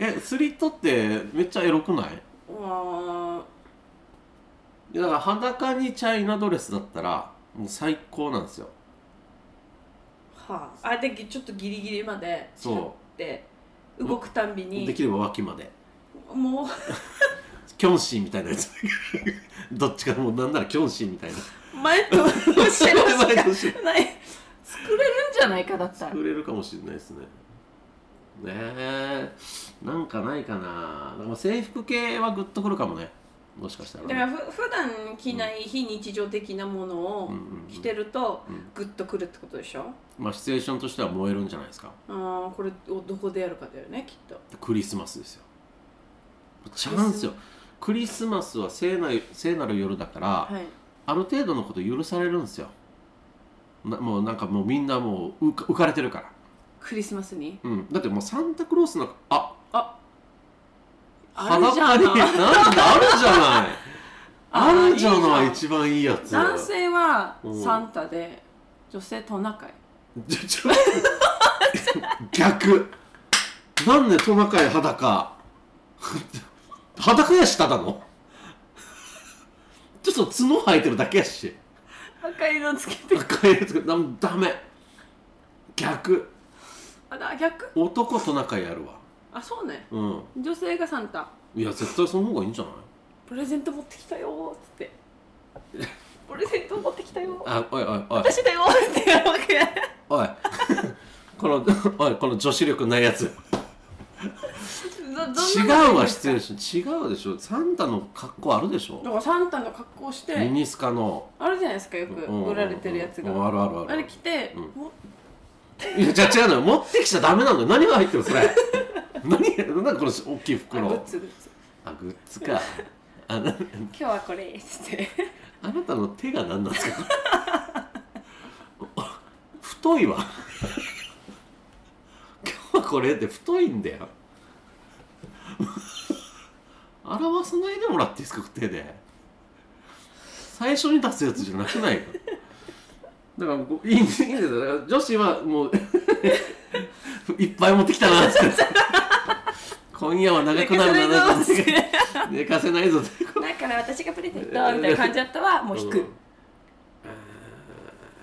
[SPEAKER 1] えスリットってめっちゃエロくない
[SPEAKER 2] あー
[SPEAKER 1] いやだから裸にチャイナドレスだったらもう最高なんですよ
[SPEAKER 2] はああれでちょっとギリギリまで
[SPEAKER 1] そう
[SPEAKER 2] 近くって動くたんび
[SPEAKER 1] で
[SPEAKER 2] に
[SPEAKER 1] きれば脇まで
[SPEAKER 2] もう
[SPEAKER 1] キョンシーみたいなやつ (laughs) どっちかもうなんならキョンシーみたいな
[SPEAKER 2] 前と後ろしかない
[SPEAKER 1] 前と後
[SPEAKER 2] 作れるんじゃないかだったら
[SPEAKER 1] 作れるかもしれないですねねえなんかないかなだからまあ制服系はグッとくるかもねもしかしたら
[SPEAKER 2] だ
[SPEAKER 1] ね、
[SPEAKER 2] からふ普段着ない非日常的なものを
[SPEAKER 1] うんうんうん
[SPEAKER 2] 着てると
[SPEAKER 1] うん
[SPEAKER 2] グッとくるってことでしょ
[SPEAKER 1] まあシチュエーションとしては燃えるんじゃないですか
[SPEAKER 2] ああこれをどこでやるかだよねきっと
[SPEAKER 1] クリスマスですよチャンスよクリスマスは聖なる聖なる夜だから、
[SPEAKER 2] はい
[SPEAKER 1] ある程度のこと許されるんですよなもうなんかもうみんなもう浮か浮かれてるから
[SPEAKER 2] クリスマスに
[SPEAKER 1] うん、だってもうサンタクロースのあ
[SPEAKER 2] あるじゃ
[SPEAKER 1] 裸に
[SPEAKER 2] ん
[SPEAKER 1] なんだあるじゃない
[SPEAKER 2] (laughs) あ
[SPEAKER 1] あるじゃない
[SPEAKER 2] いいじ
[SPEAKER 1] 一番いいやつ
[SPEAKER 2] 男性は
[SPEAKER 1] うん
[SPEAKER 2] サンタで女性トナカイ
[SPEAKER 1] ちょちょ逆なんでトナカイ裸裸やしただのちょっと角生えてるだけやし
[SPEAKER 2] 赤色つけて
[SPEAKER 1] 赤いやつがダメダメ逆
[SPEAKER 2] あだ逆
[SPEAKER 1] 男トナカイやるわ
[SPEAKER 2] あそうね
[SPEAKER 1] うん
[SPEAKER 2] 女性がサンタ
[SPEAKER 1] いや絶対その方がいいんじゃない
[SPEAKER 2] プレゼント持ってきたよーっつ (laughs) ってプレゼント持ってきたよー
[SPEAKER 1] あおいおいおい
[SPEAKER 2] 私だよーってやるわけ
[SPEAKER 1] おい (laughs) このおいこの女子力ないやつ違うわ失礼
[SPEAKER 2] し
[SPEAKER 1] し違うでしょサンタの格好あるでしょ
[SPEAKER 2] だからサンタの格好をして
[SPEAKER 1] ミニスカの
[SPEAKER 2] あるじゃないですかよく
[SPEAKER 1] うん
[SPEAKER 2] 売られてるやつが、
[SPEAKER 1] うんあるあるある
[SPEAKER 2] あれ着て、
[SPEAKER 1] うん
[SPEAKER 2] も
[SPEAKER 1] いやじゃあ違うのよ持ってきちゃダメなのよ何が入ってるそれ何 (laughs) なんかこの大きい
[SPEAKER 2] あグ
[SPEAKER 1] 袋
[SPEAKER 2] ッズグッズ
[SPEAKER 1] あグッズかあな
[SPEAKER 2] 今日はこれっつって
[SPEAKER 1] あなたの手が何なんですか (laughs) 太いわ (laughs) 今日はこれって太いんだよ (laughs) 表さないでもらっていいですか手で最初に出すやつじゃなくないかだからこういいいいんですよだから女子はもう (laughs) いっぱい持ってきたなっつって (laughs) 今夜は長くなるななんて寝かせないぞって
[SPEAKER 2] だから私がプレゼントみたいな感じだったわもう引く、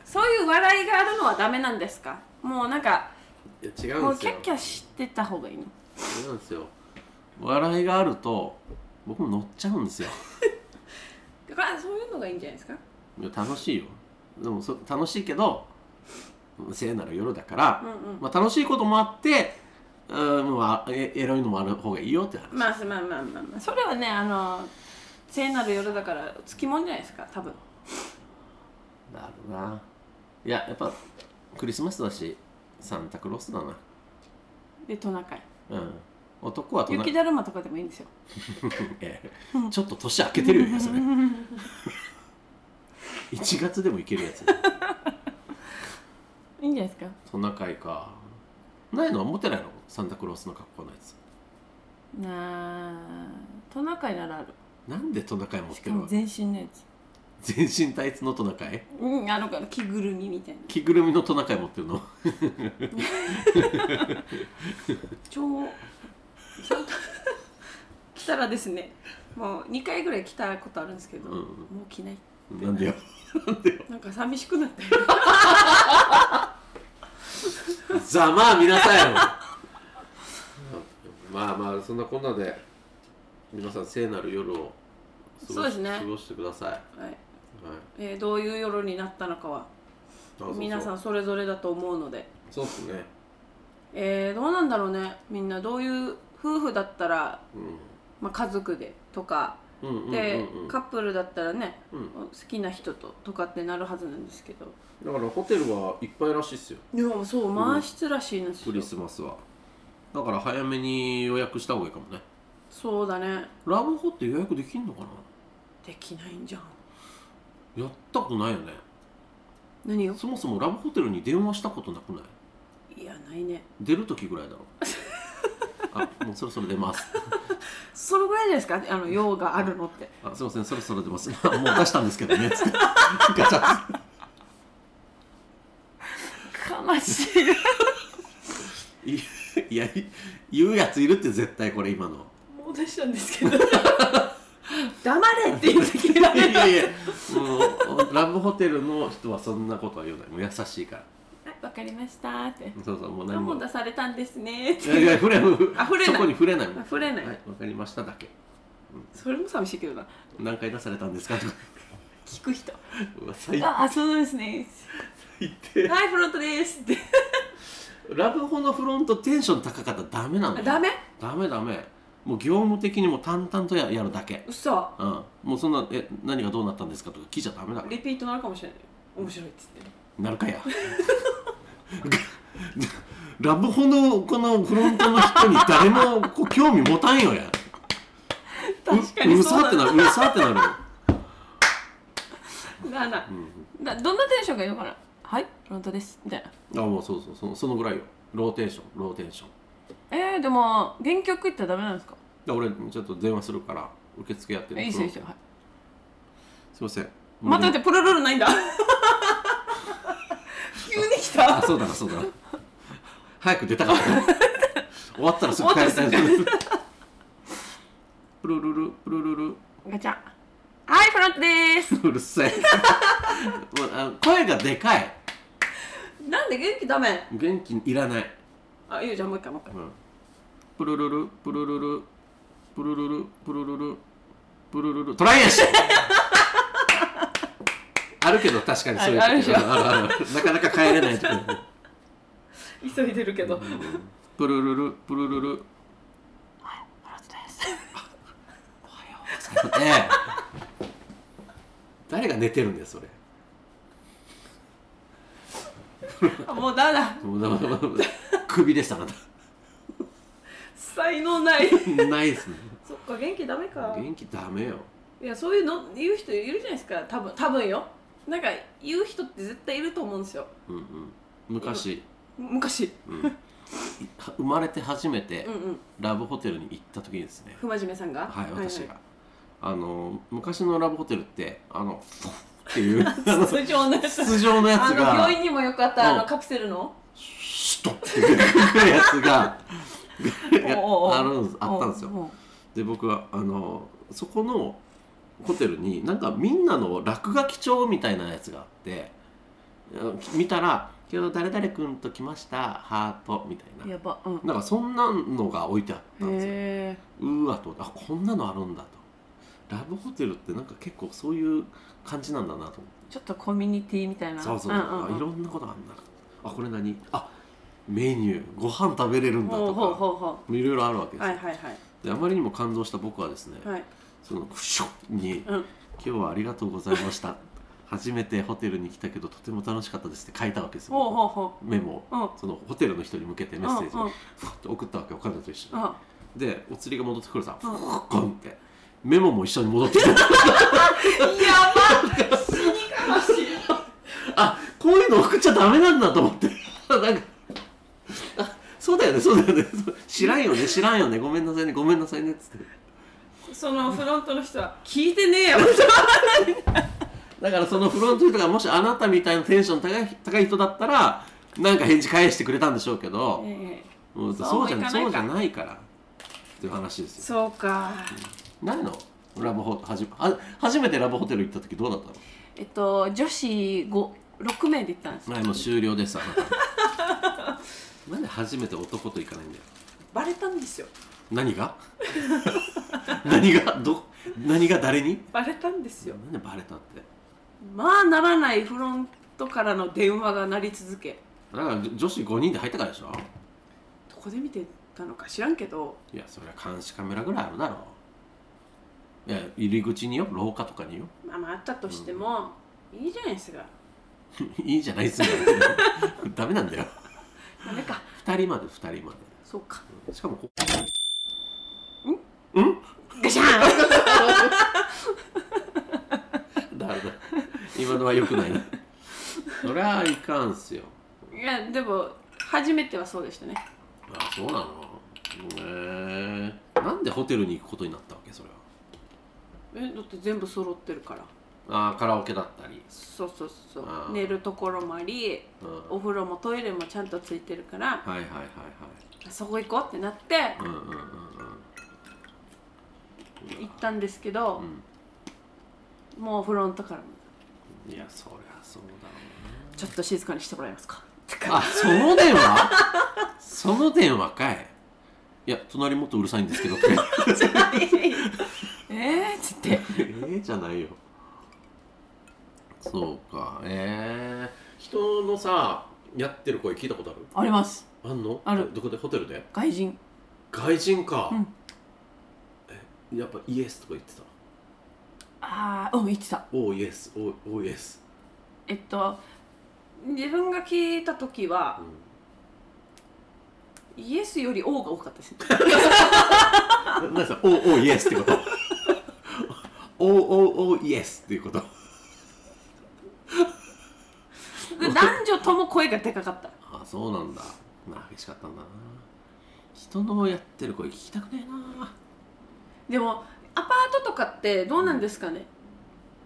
[SPEAKER 2] そういう笑いがあるのはダメなんですかもうなんか
[SPEAKER 1] いや違う
[SPEAKER 2] も
[SPEAKER 1] ん
[SPEAKER 2] う
[SPEAKER 1] です
[SPEAKER 2] キ
[SPEAKER 1] よ
[SPEAKER 2] ャッキャしてた方がいいの
[SPEAKER 1] 違うんですよ笑いがあると僕も乗っちゃうんですよ
[SPEAKER 2] だからそういうのがいいんじゃないですか
[SPEAKER 1] いや楽しいよでもそ楽しいけど聖なる夜だから、
[SPEAKER 2] うんうん
[SPEAKER 1] まあ、楽しいこともあってうんもうあえエロいのもある方がいいよって話、
[SPEAKER 2] まあまあまあまあ、まあ、それはねあの聖なる夜だからつきもんじゃないですか多分
[SPEAKER 1] なるないややっぱクリスマスだしサンタクロースだな
[SPEAKER 2] でトナカイ
[SPEAKER 1] うん男はトナカ
[SPEAKER 2] 雪
[SPEAKER 1] イ
[SPEAKER 2] だるまとかでもいいんですよ
[SPEAKER 1] ええちょっと年明けてるよ今そ
[SPEAKER 2] (laughs)
[SPEAKER 1] れ1月でもいけるやつ
[SPEAKER 2] いいんじゃないですか
[SPEAKER 1] トナカイかないのは持ってないのサンタクロースの格好のやつ
[SPEAKER 2] なあトナカイならある
[SPEAKER 1] なんでトナカイ持っ
[SPEAKER 2] してか
[SPEAKER 1] る
[SPEAKER 2] も
[SPEAKER 1] わ
[SPEAKER 2] 全身のやつ
[SPEAKER 1] 全身タイツのトナカイ
[SPEAKER 2] うんあのから着ぐるみみたいな
[SPEAKER 1] 着ぐるみのトナカイ持ってる
[SPEAKER 2] (laughs)
[SPEAKER 1] の
[SPEAKER 2] 超ちょっと来たらですねもう2回ぐらい来たことあるんですけど、
[SPEAKER 1] うんうん
[SPEAKER 2] もう着ない
[SPEAKER 1] なんでよ
[SPEAKER 2] なんか寂しくなって
[SPEAKER 1] ざまあ皆さんやろ (laughs) まあまあそんなこんなで皆さん聖なる夜を過ごし
[SPEAKER 2] そうですね
[SPEAKER 1] 過ごしてください、はい
[SPEAKER 2] はいえーどういう夜になったのかは
[SPEAKER 1] あそうそう
[SPEAKER 2] 皆さんそれぞれだと思うので
[SPEAKER 1] そうっすね
[SPEAKER 2] えーどうなんだろうねみんなどういう夫婦だったら、
[SPEAKER 1] う
[SPEAKER 2] まあ、家族でとか
[SPEAKER 1] んうんうんうんうん
[SPEAKER 2] で、カップルだったらね
[SPEAKER 1] うん
[SPEAKER 2] 好きな人ととかってなるはずなんですけど
[SPEAKER 1] だからホテルはいっぱいらしいっすよ
[SPEAKER 2] いやそう満室らしいんです
[SPEAKER 1] ク
[SPEAKER 2] よ、
[SPEAKER 1] リスマスはだから早めに予約した方がいいかもね
[SPEAKER 2] そうだね
[SPEAKER 1] ラブホって予約できんのかな
[SPEAKER 2] できないんじゃん
[SPEAKER 1] やったことないよね
[SPEAKER 2] 何よ
[SPEAKER 1] そもそもラブホテルに電話したことなくない
[SPEAKER 2] いやないね
[SPEAKER 1] 出る時ぐら
[SPEAKER 2] (laughs)
[SPEAKER 1] いだろあもうそろそろ出ます
[SPEAKER 2] それぐらいじゃないですかあの用があるのって
[SPEAKER 1] あすいませんそろそろ出ます (laughs) もう出したんですけどねつってガチャッ
[SPEAKER 2] 悲しい
[SPEAKER 1] いい (laughs) やい言うやついるって絶対これ今の
[SPEAKER 2] もう出したんですけど (laughs) 黙れって言ってきた
[SPEAKER 1] いやいやもうラブホテルの人はそんなことは言わないもう優しいから
[SPEAKER 2] (laughs) わかりましたって
[SPEAKER 1] そうそうもう
[SPEAKER 2] あ
[SPEAKER 1] 何
[SPEAKER 2] も
[SPEAKER 1] も
[SPEAKER 2] う出されたんですねっ
[SPEAKER 1] い
[SPEAKER 2] て
[SPEAKER 1] やいや触れ
[SPEAKER 2] あ触れない
[SPEAKER 1] そこに触れないもん
[SPEAKER 2] あ触れない
[SPEAKER 1] はいわかりましただけ
[SPEAKER 2] それも寂しいけどな
[SPEAKER 1] 何回出されたんですかとか
[SPEAKER 2] 聞く人
[SPEAKER 1] うわ最
[SPEAKER 2] ああそうなんです (laughs) ね
[SPEAKER 1] 低
[SPEAKER 2] はいフロントですって
[SPEAKER 1] ラブホのフロントテンション高かったらダメなの
[SPEAKER 2] あ
[SPEAKER 1] よ
[SPEAKER 2] ダメ
[SPEAKER 1] ダメダメもう業務的にも淡々とややるだけ、
[SPEAKER 2] 嘘
[SPEAKER 1] うん、もうそんな「え何がどうなったんですか?」とか聞いちゃダメだから
[SPEAKER 2] リピートなるかもしれない面白いっつって
[SPEAKER 1] なるかや (laughs) ラブホのこのフロントの人に誰もこう興味持たんよや
[SPEAKER 2] 確かにそう
[SPEAKER 1] うるさってな
[SPEAKER 2] だ
[SPEAKER 1] るうるさってなる、
[SPEAKER 2] ななな
[SPEAKER 1] う、
[SPEAKER 4] だどんなテンションがいいのかなはいフロントですみたいなん
[SPEAKER 1] あもうそうそうそのそのぐらいよローテーションローテーション
[SPEAKER 4] えー、でも原曲ってダメなんですか
[SPEAKER 1] で俺ちょっと電話するから受付やって
[SPEAKER 4] えいいですよいいですよ、はい、
[SPEAKER 1] すいません
[SPEAKER 4] 待って待ってプルルルないん
[SPEAKER 2] (laughs)
[SPEAKER 4] だ急に来た
[SPEAKER 1] あそうだなそうだな早く出たかった終わったらすぐ帰りた
[SPEAKER 4] 終わ
[SPEAKER 1] い
[SPEAKER 4] ったらす
[SPEAKER 1] プルルルプルルル
[SPEAKER 4] ガチャはいフロントでーす
[SPEAKER 1] うるせえもうあ声がでかい
[SPEAKER 2] なんで元気ダメ
[SPEAKER 1] 元気いらない、
[SPEAKER 2] あいいよじゃあもう一回もう一回
[SPEAKER 1] うん、プルルルプルルルプルルルプルルルプルルルトライアンシ
[SPEAKER 4] (laughs)
[SPEAKER 1] あるけど確かにそういう時
[SPEAKER 4] あるでしょ
[SPEAKER 1] うんあるあるなかなか帰れない時
[SPEAKER 2] 急いでるけど
[SPEAKER 1] プルルルプルル
[SPEAKER 4] フ
[SPEAKER 1] ル
[SPEAKER 4] ロントです
[SPEAKER 1] ねえ誰が寝てるんだよそれ
[SPEAKER 2] あもうダメだ
[SPEAKER 1] もうだだだ首でしたあな
[SPEAKER 2] 才能ない
[SPEAKER 1] たないですね
[SPEAKER 2] (laughs) そっか元気ダメか
[SPEAKER 1] 元気ダメよ
[SPEAKER 2] いやそういうの言う人いるじゃないですか多分多分よなんか言う人って絶対いると思うんですよ
[SPEAKER 1] うんうん昔、
[SPEAKER 2] 昔
[SPEAKER 1] うん、い生まれて初めて
[SPEAKER 2] うんうん
[SPEAKER 1] ラブホテルに行った時にですね
[SPEAKER 2] 不真面目さんが
[SPEAKER 1] はい私
[SPEAKER 2] はい
[SPEAKER 1] が、あの昔のラブホテルってあ
[SPEAKER 2] (laughs)
[SPEAKER 1] のフォッっていうあの
[SPEAKER 2] 通常のやつ
[SPEAKER 1] 筒状のやつ
[SPEAKER 2] あの
[SPEAKER 1] が
[SPEAKER 2] 病院にもよくあったあのカプセルの
[SPEAKER 1] シュッとっていうやつが
[SPEAKER 4] (laughs) おうおうおう
[SPEAKER 1] あるんですあったんですよ
[SPEAKER 4] おう
[SPEAKER 1] で僕はあのそこのホテルになんかみんなの落書き帳みたいなやつがあってうん見たら「今日誰々君と来ましたハート」みた
[SPEAKER 4] お
[SPEAKER 1] いうな
[SPEAKER 4] やばうん
[SPEAKER 1] なんかそんなのが置いてあったんですよ。
[SPEAKER 4] へ
[SPEAKER 1] うーわと思ってあこんなのあるんだと。ラブホテルってなんか結構そういう感じなんだなと思
[SPEAKER 4] ーちょっとコミュニティみたいな
[SPEAKER 1] ってそうそうそう、
[SPEAKER 4] んうん
[SPEAKER 1] あいろんなことあんなあこれ何あメニューご飯食べれるんだ
[SPEAKER 2] ほう
[SPEAKER 1] と
[SPEAKER 2] ほう
[SPEAKER 1] か
[SPEAKER 2] ほうほ
[SPEAKER 1] いろいろあるわけ
[SPEAKER 2] う
[SPEAKER 1] ですよ、
[SPEAKER 2] はいはいはい
[SPEAKER 1] であまりにも感動した僕はですね、
[SPEAKER 2] はい
[SPEAKER 1] そのクショに
[SPEAKER 2] うん
[SPEAKER 1] 「今日はありがとうございました」「初めてホテルに来たけどとても楽しかったです」って書いたわけです
[SPEAKER 2] ほう
[SPEAKER 1] よ
[SPEAKER 2] ほうほ
[SPEAKER 1] メモを
[SPEAKER 2] ううん
[SPEAKER 1] そのホテルの人に向けてメッセージ
[SPEAKER 2] うんう
[SPEAKER 1] を
[SPEAKER 2] ん
[SPEAKER 1] ふわって送ったわけお金と一緒に
[SPEAKER 2] あ
[SPEAKER 1] でお釣りが戻ってくるさ
[SPEAKER 2] う
[SPEAKER 1] ふ
[SPEAKER 2] ん
[SPEAKER 1] わっこんってメモも一緒に戻ってきた
[SPEAKER 2] やば死にかましい
[SPEAKER 1] あこういうの送っちゃダメなんだと思って (laughs) なんかあそうだよねそうだよねそう知らんよね知らんよねごめんなさいねごめんなさいねっつって
[SPEAKER 2] そのフロントの人は聞いてねえよ
[SPEAKER 1] だからそのフロントの人がもしあなたみたいなテンション高い高い人だったらなんか返事返してくれたんでしょうけど、
[SPEAKER 2] ええ
[SPEAKER 1] もう
[SPEAKER 2] そ
[SPEAKER 1] そうう
[SPEAKER 2] もい
[SPEAKER 1] じゃ
[SPEAKER 2] かないか
[SPEAKER 1] そうじゃないからっていう話ですよ
[SPEAKER 2] (laughs) そうか
[SPEAKER 1] ないのラブホはじあ初めてラブホテル行った時どうだったの
[SPEAKER 4] えっと女子五六名で行ったんですよ
[SPEAKER 1] 前もう終了ですあ
[SPEAKER 2] (laughs)
[SPEAKER 1] なたなんで初めて男と行かないんだよ
[SPEAKER 2] バレたんですよ
[SPEAKER 1] 何が (laughs) 何がど何が誰に
[SPEAKER 2] バレたんですよ
[SPEAKER 1] なんでバレたって
[SPEAKER 2] まあならないフロントからの電話が鳴り続け
[SPEAKER 1] だから女女子5人で入ったからでしょ
[SPEAKER 2] どこで見てたのか知らんけど
[SPEAKER 1] いやそりゃ監視カメラぐらいあるだろういや入り口によ廊下とかによ (laughs)
[SPEAKER 2] まあまああったとしても、いいじゃないですか
[SPEAKER 1] いいじゃないっすよ (laughs) ダメなんだよ
[SPEAKER 2] ダメか
[SPEAKER 1] 2人まで2人ま
[SPEAKER 2] そうか
[SPEAKER 1] でしかもこ
[SPEAKER 2] ガシャン
[SPEAKER 1] だだ今のは良くないなそりゃいかんすよ
[SPEAKER 2] (laughs) いやでも初めてはそうでしたね
[SPEAKER 1] あそうなのへえなんでホテルに行くことになったわけそれは
[SPEAKER 2] えだって全部揃ってるから
[SPEAKER 1] あーカラオケだったり、
[SPEAKER 2] そうそうそう
[SPEAKER 1] あ
[SPEAKER 2] そ
[SPEAKER 1] ー
[SPEAKER 2] う寝るところもあり
[SPEAKER 1] うん、はい
[SPEAKER 2] お風呂もトイレもちゃんとついてるから
[SPEAKER 1] はいはいは
[SPEAKER 2] そこ行こうってなって
[SPEAKER 1] いはいうんうんうん
[SPEAKER 2] 行ったんですけど
[SPEAKER 1] うん、
[SPEAKER 2] もうフロントからも
[SPEAKER 1] うん、いやそりゃそうだろ
[SPEAKER 2] ちょっと静かにしてもらえ (laughs) ますか
[SPEAKER 1] うなあその電話その電話かいいや隣もっとうるさいんですけどって
[SPEAKER 4] えーっつって
[SPEAKER 1] (laughs) ええじゃないよそうかええ人のさやってる声聞いたことある
[SPEAKER 4] あります
[SPEAKER 1] あんの
[SPEAKER 4] ある
[SPEAKER 1] どこでホテルで
[SPEAKER 4] 外人
[SPEAKER 1] 外人か、
[SPEAKER 4] うん
[SPEAKER 1] やっぱイエスとか言ってた
[SPEAKER 5] ああうん言ってた
[SPEAKER 1] おーイエスおーおーイエス、
[SPEAKER 5] えっと
[SPEAKER 2] 自分が聞いた時は
[SPEAKER 1] うん、
[SPEAKER 2] イエスより王が多かったですね
[SPEAKER 1] ななんですかおーおーイエスってこと (laughs) おーおーおーイエスっていうこと
[SPEAKER 2] で男女とも声がでかかった
[SPEAKER 1] あそうなんだまあ激しかったんだな人のやってる声聞きたくねえな
[SPEAKER 2] でもアパートとかってどうなんですかね、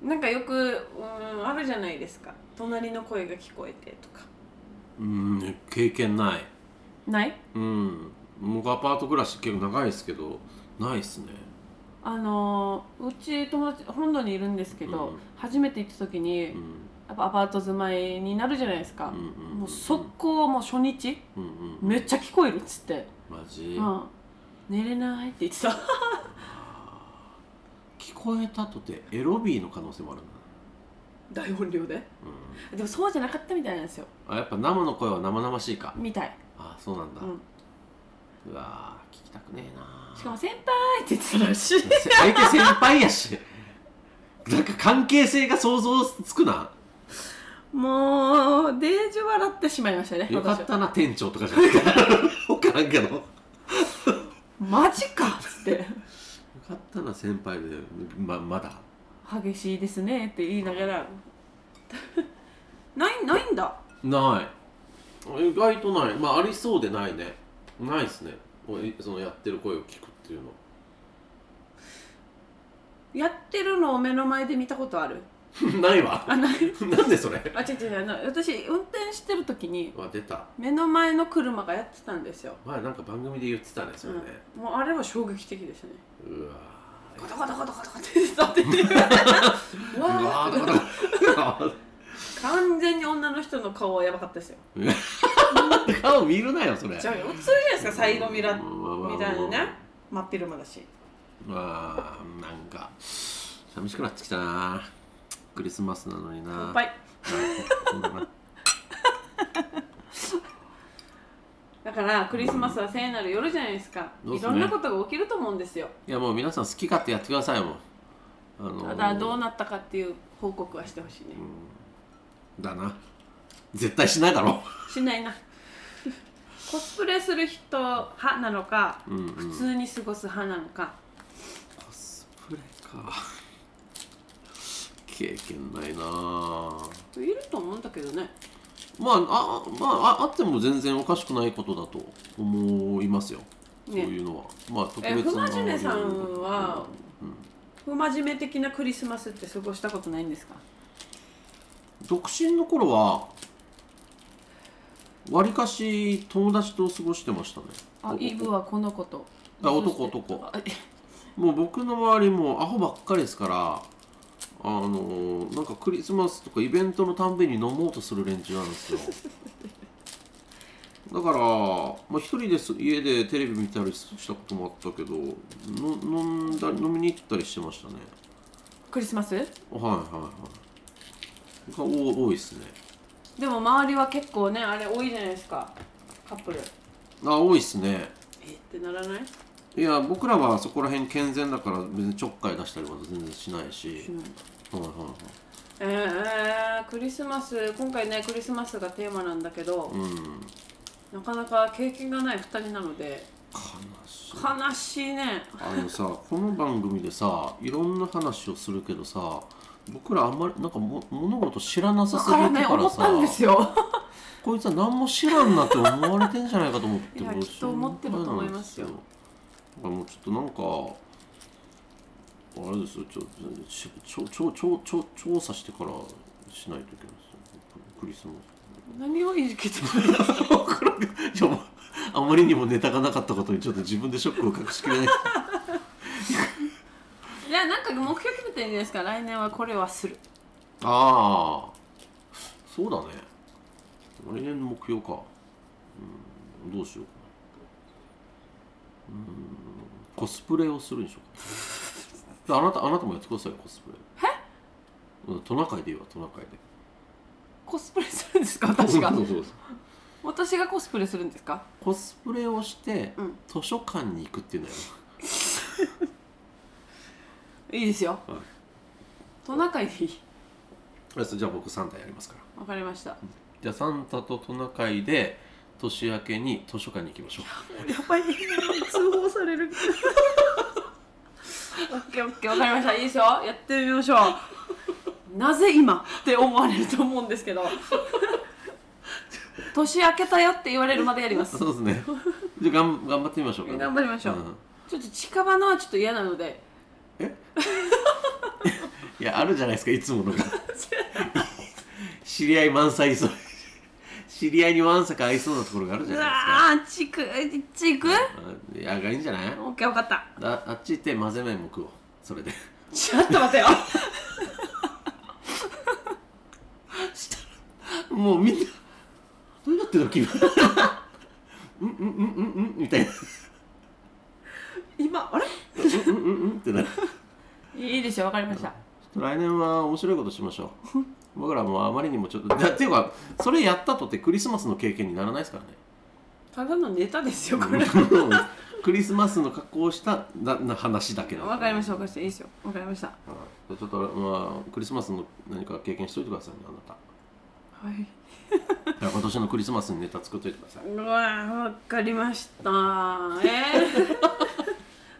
[SPEAKER 2] なんかよくうんあるじゃないですか隣の声が聞こえてとか
[SPEAKER 1] うん経験ない
[SPEAKER 2] ない
[SPEAKER 1] うん僕アパート暮らし結構長いですけどないっすね
[SPEAKER 5] あのーうち友達本土にいるんですけど、
[SPEAKER 1] うん
[SPEAKER 5] 初めて行った時に、
[SPEAKER 1] うん
[SPEAKER 5] やっぱアパート住まいになるじゃないですか
[SPEAKER 1] うん、うん
[SPEAKER 5] もう速攻もう初日
[SPEAKER 1] うんうんうん
[SPEAKER 5] めっちゃ聞こえるっつって、
[SPEAKER 1] マジ、
[SPEAKER 5] うん、寝れないって言ってた
[SPEAKER 1] (laughs) 聞こえたとてエロビーの可能性もあるな、
[SPEAKER 2] 大音量で
[SPEAKER 1] う
[SPEAKER 5] でもそうじゃなかったみたいなんですよ
[SPEAKER 1] ん、あやっぱ生の声は生々しいか
[SPEAKER 5] みたい、
[SPEAKER 1] あそうなんだ、
[SPEAKER 5] う、
[SPEAKER 1] うんわー聞きたくねえな
[SPEAKER 5] しかも先輩って言ってたら
[SPEAKER 1] (laughs)
[SPEAKER 5] しい
[SPEAKER 1] せ相手先輩やしなんか関係性が想像つくな
[SPEAKER 5] もうデージ笑ってしまいましたね
[SPEAKER 1] よかっ
[SPEAKER 5] 私は
[SPEAKER 1] たな店長とかじゃ (laughs) なくて分からんけどよ
[SPEAKER 5] マジかっつって
[SPEAKER 1] かったな先輩でままだ
[SPEAKER 5] 激しいですねって言いながら (laughs)
[SPEAKER 2] ないないんだ
[SPEAKER 1] ない意外とないまあありそうでないねないっすねおいそのやってる声を聞くっていうの
[SPEAKER 2] やってるのを目の前で見たことある
[SPEAKER 1] (laughs) ないわ
[SPEAKER 2] あない
[SPEAKER 1] なんでそれ
[SPEAKER 2] あ違う違うあの私運転してる時に
[SPEAKER 1] あ出た
[SPEAKER 2] 目の前の車がやってたんですよ、
[SPEAKER 1] 前なんか番組で言ってたねそれね、
[SPEAKER 2] うん、もうあれは衝撃的でしたね
[SPEAKER 1] うわ
[SPEAKER 2] ゴタゴタゴタゴタゴタって言ってたっていう (laughs) う
[SPEAKER 1] ーう
[SPEAKER 2] わ
[SPEAKER 1] わ
[SPEAKER 2] ー
[SPEAKER 1] ーだか
[SPEAKER 2] 完全に女の人の顔はやばかったですよ
[SPEAKER 1] ら顔見るなよそれ
[SPEAKER 2] じゃあ映るじゃないですかサイドミラーみ
[SPEAKER 1] み
[SPEAKER 2] たいなね真っ昼間だし
[SPEAKER 1] まあなんか寂しくなってきたなクリスマスなのにな
[SPEAKER 2] 乾杯
[SPEAKER 1] はい
[SPEAKER 2] だからクリスマスは聖なる夜じゃないですか、
[SPEAKER 1] そうっ
[SPEAKER 2] い
[SPEAKER 1] すね
[SPEAKER 2] ろんなことが起きると思うんですよ
[SPEAKER 1] (laughs) いやもう皆さん好き勝手やってくださいもうあの
[SPEAKER 2] ただどうなったかっていう報告はしてほしいね
[SPEAKER 1] うんだな絶対しないだろ
[SPEAKER 2] しないなコスプレする人派なのか
[SPEAKER 1] う、うんうん、
[SPEAKER 2] 普通に過ごす派なのか
[SPEAKER 1] コスプレか経験ないなあ
[SPEAKER 2] いると思うんだけどね
[SPEAKER 1] まああまあああっても全然おかしくないことだと思いますよ、
[SPEAKER 2] ね
[SPEAKER 1] そういうのはまあ特
[SPEAKER 2] え
[SPEAKER 1] 別
[SPEAKER 2] 不
[SPEAKER 1] な
[SPEAKER 2] 真面目さんは
[SPEAKER 1] うん
[SPEAKER 2] 不真面目的なクリスマスって過ごしたことないんですか
[SPEAKER 1] 独身の頃はわりかし友達と過ごしてましたね
[SPEAKER 5] あイブはこの子と
[SPEAKER 1] あ男男
[SPEAKER 5] あえ
[SPEAKER 1] もう僕の周りもアホばっかりですからあのーなんかクリスマスとかイベントのたんびに飲もうとする連中なんですよだから、まあ、一人です家でテレビ見たりしたこともあったけどの飲んだり飲みに行ったりしてましたね
[SPEAKER 5] クリスマス
[SPEAKER 1] はいはいはいが多多いですね
[SPEAKER 2] でも周りは結構ねあれ多いじゃないですかカップル
[SPEAKER 1] あ多いですね
[SPEAKER 2] えってならない
[SPEAKER 1] いや僕らはそこら辺健全だから別にちょっかい出したりは全然しないし
[SPEAKER 2] しない
[SPEAKER 1] はいはいはい
[SPEAKER 2] えークリスマス今回ねクリスマスがテーマなんだけど、
[SPEAKER 1] うん
[SPEAKER 2] なかなか経験がない2人なので
[SPEAKER 1] 悲しい
[SPEAKER 2] 悲しいね
[SPEAKER 1] あのさこの番組でさいろんな話をするけどさ僕らあんまりなんかも物事知らなさ
[SPEAKER 5] だ
[SPEAKER 1] す
[SPEAKER 5] か
[SPEAKER 1] ぎ
[SPEAKER 5] ら
[SPEAKER 1] る
[SPEAKER 5] ね
[SPEAKER 1] か
[SPEAKER 5] 思
[SPEAKER 1] ら
[SPEAKER 5] っ
[SPEAKER 1] さ
[SPEAKER 5] たんですよ
[SPEAKER 1] こいつは何も知らんなって思われてんじゃないかと思って
[SPEAKER 2] いや
[SPEAKER 1] もう
[SPEAKER 2] きっと思ってると思い
[SPEAKER 1] 心配なん
[SPEAKER 2] ますよ
[SPEAKER 1] ですよだからもうちょっとなんかあれですよちょしちょちょちょちょ調査してからしないといけないですよクリスマ
[SPEAKER 2] (laughs) 何をいじけてる
[SPEAKER 1] ス僕らいやもうあまりにもネタがなかったことにちょっと自分でショックを隠しき (laughs) れない
[SPEAKER 2] いやなんか目標決めてるんじゃないですか来年はこれはする
[SPEAKER 1] ああそうだね来年の目標か、うん、どうしようかなうんコスプレをするにしようかなあなたあなたもやってくださいよコスプレえうんトナカイでいいわトナカイで
[SPEAKER 5] コスプレするんですか私が
[SPEAKER 1] (laughs) そうそうそう
[SPEAKER 5] 私がコスプレするんですか
[SPEAKER 1] コスプレをして、
[SPEAKER 2] うん
[SPEAKER 1] 図書館に行くっていうのよ
[SPEAKER 2] いいですよ、
[SPEAKER 1] はい
[SPEAKER 2] トナカイでいい
[SPEAKER 1] あそうじゃあ僕サンタやりますから
[SPEAKER 2] わかりました
[SPEAKER 1] じゃあサンタとトナカイで年明けに図書館に行きましょう
[SPEAKER 6] やばい通報される
[SPEAKER 2] オッケーオッケーわかりましたいいですよやってみましょうなぜ今って思われると思うんですけど年明けたよって言われるまでやります
[SPEAKER 1] そうです
[SPEAKER 2] (laughs)
[SPEAKER 1] ねじゃあ頑頑張ってみましょうか、ね、
[SPEAKER 2] 頑張りましょう、
[SPEAKER 1] うん
[SPEAKER 2] ちょっと近場のはちょっと嫌なので
[SPEAKER 1] いやあるじゃないですかいつも
[SPEAKER 2] (laughs)
[SPEAKER 1] のが知り合い満載いそう知り合いにわんさか合いそうなところがあるじ
[SPEAKER 2] う
[SPEAKER 1] ゃ
[SPEAKER 2] わ
[SPEAKER 1] な
[SPEAKER 2] ーちくちく
[SPEAKER 1] いですかあいやがいいんじゃない
[SPEAKER 2] オッケーわかった
[SPEAKER 1] ああっち行って混ぜ麺も食おうそれで
[SPEAKER 2] ちょっと待てよ
[SPEAKER 1] もうみんなどうなってるの君 (laughs) うんうんうんうんうんみたいな
[SPEAKER 6] 今あれ
[SPEAKER 1] うんうんうんうんってなる
[SPEAKER 2] いいですよわかりました
[SPEAKER 1] 来年は面白いことしましょう (laughs) 僕らもあまりにもちょっと (laughs) だっていうかそれやったとってクリスマスの経験にならないですからね
[SPEAKER 6] ただのネタですよこれ
[SPEAKER 1] (laughs) クリスマスの格好をしたなな話だけだ
[SPEAKER 2] わかりましたたわかりましたいいですよわかりましたは
[SPEAKER 1] はいちょっと、まあ、クリスマスの何か経験しといてくださいねあなた
[SPEAKER 2] い
[SPEAKER 1] だ (laughs) から今年のクリスマスにネタ作っといてくださいう
[SPEAKER 6] わわかりま (laughs) したえー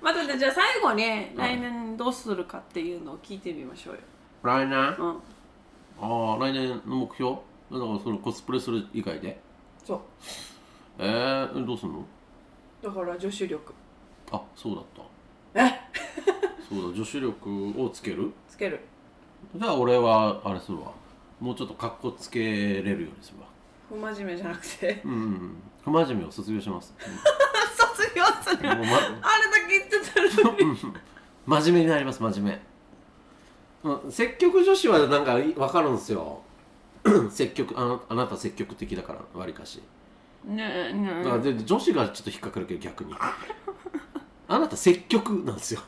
[SPEAKER 6] またねじゃあ最後に来年どうするかっていうのを聞いてみましょうよ、
[SPEAKER 1] 来年あ
[SPEAKER 6] うん、
[SPEAKER 1] あ来年の目標だからそのコスプレする以外で
[SPEAKER 6] そう
[SPEAKER 1] えー、どうすんの
[SPEAKER 6] だから女子力
[SPEAKER 1] あそうだった
[SPEAKER 6] え
[SPEAKER 1] そうだ女子力をつける
[SPEAKER 6] つける
[SPEAKER 1] じゃあ俺はあれするわもうちょっと格好つけれるようにするわ
[SPEAKER 6] 不真面目じゃなくて
[SPEAKER 1] うんうん不真面目を卒業し (laughs) ます
[SPEAKER 6] (laughs) 卒業す
[SPEAKER 1] も
[SPEAKER 6] る (laughs)
[SPEAKER 1] う
[SPEAKER 6] あれだけ言ってたら (laughs)
[SPEAKER 1] ま、真面目になります真面目、うん、積極女子はなんか分かるんですよ (clears throat) 積極あなあなた積極的だからわりかし
[SPEAKER 2] ねえね
[SPEAKER 1] だからで女子がちょっと引っかかるけど逆に (laughs) あなた積極なんですよ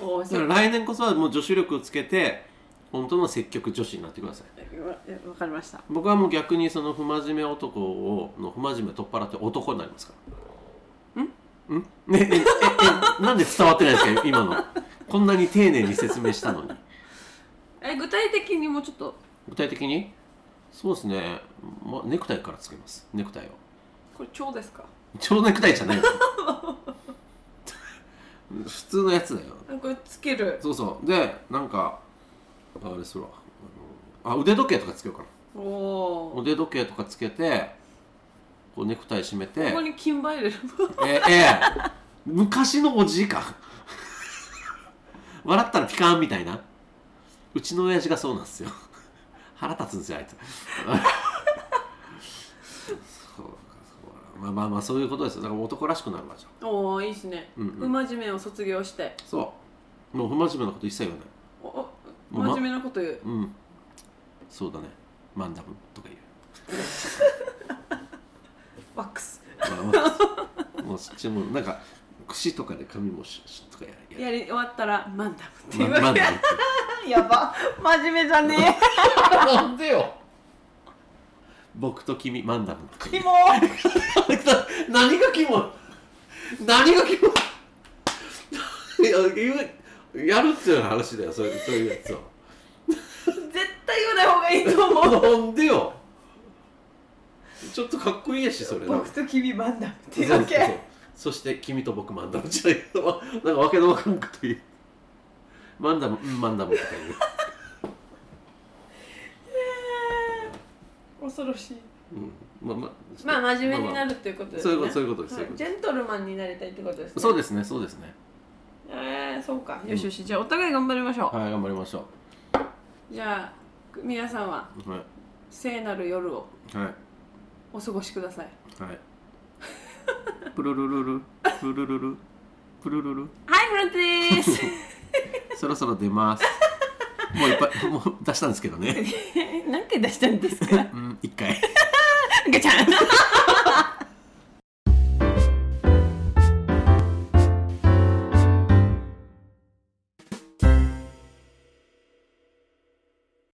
[SPEAKER 6] おー
[SPEAKER 1] だ
[SPEAKER 6] せ
[SPEAKER 1] か
[SPEAKER 6] っ
[SPEAKER 1] ら来年 (laughs) こそはもう女子力をつけて本当の積極女子になってください
[SPEAKER 6] わわかりました
[SPEAKER 1] 僕はもう逆にその不真面目男をの不真面目取っ払って男になりますからんんねねええなんで伝わってないですか今のこんなに丁寧に説明したのに
[SPEAKER 6] え具体的にもうちょっと
[SPEAKER 1] 具体的にそうですね、ま、ネクタイからつけますネクタイを
[SPEAKER 6] これ蝶ですか
[SPEAKER 1] 蝶ネクタイじゃないよ (laughs) 普通のやつだよ
[SPEAKER 6] これつける
[SPEAKER 1] そうそうでなんかあれするわあのあ腕時計とかつけようかな
[SPEAKER 6] おお
[SPEAKER 1] 腕時計とかつけてこうネクタイ締めて
[SPEAKER 6] ここに金馬入れる
[SPEAKER 1] えええ昔のおじいか笑ったらピカーンみたいなうちの親父がそうなんですよ腹立つんですよあいつそうかそうまあまあまあそういうことですよだから男らしくなるわじゃ
[SPEAKER 6] (laughs)
[SPEAKER 1] ん
[SPEAKER 6] おおいいですね、
[SPEAKER 1] うんうん
[SPEAKER 6] 不真面目を卒業して
[SPEAKER 1] そうもう不真面目なこと一切言わない
[SPEAKER 6] おお
[SPEAKER 1] もうま
[SPEAKER 6] 真面目なこと言う
[SPEAKER 1] うんそうだねマンダムとか言う
[SPEAKER 6] ワックス
[SPEAKER 1] まあまあもうそっちもなんか櫛とかで髪もししとかやや
[SPEAKER 6] やり終わったらマンダムって
[SPEAKER 1] ま
[SPEAKER 6] いう、
[SPEAKER 1] マンダムっ
[SPEAKER 6] (laughs)
[SPEAKER 1] て
[SPEAKER 6] やば真面目じゃね
[SPEAKER 1] なんでよ僕と君マンダムとか言う
[SPEAKER 6] えもう
[SPEAKER 1] 何がキモい何がキモいいや言うやるっていう話だよそういうそういうやつを
[SPEAKER 6] 絶対言わない方がいいと思う
[SPEAKER 1] (laughs) なんでよちょっとかっこいいやしそれなん
[SPEAKER 6] 僕
[SPEAKER 1] か
[SPEAKER 6] と君マンダムって
[SPEAKER 1] そ
[SPEAKER 6] いう
[SPEAKER 1] うそ
[SPEAKER 6] わ
[SPEAKER 1] うそう
[SPEAKER 6] け
[SPEAKER 1] そして君と僕マンダムじゃない (laughs) けどわなんかわけのわからんこと言うマンダムうんマンダムとか
[SPEAKER 6] 恐ろしい
[SPEAKER 1] 言う、うん、まあまあ
[SPEAKER 6] まあ真面目にな
[SPEAKER 1] る
[SPEAKER 6] るっていうことです
[SPEAKER 1] そ
[SPEAKER 6] ね
[SPEAKER 1] ういうことそういうことです、
[SPEAKER 6] はい
[SPEAKER 1] そういうこと
[SPEAKER 6] ジェントルマンになりたいってことですね
[SPEAKER 1] そうですねそうですね
[SPEAKER 6] えー、そうかよしよしじゃあお互い頑張りましょう、
[SPEAKER 1] はい頑張りましょ
[SPEAKER 6] じゃあ皆さんは
[SPEAKER 1] うは
[SPEAKER 6] 聖なる夜を
[SPEAKER 1] いはい
[SPEAKER 6] お過ごしください
[SPEAKER 1] はい。プルルルル、プルルル、プルルル。
[SPEAKER 6] はいフランティです (laughs)
[SPEAKER 1] そろそろ出ます。もういっぱい、もう出したんですけどね。
[SPEAKER 6] なんて出したんですか
[SPEAKER 1] うん、一回。
[SPEAKER 6] ガチャン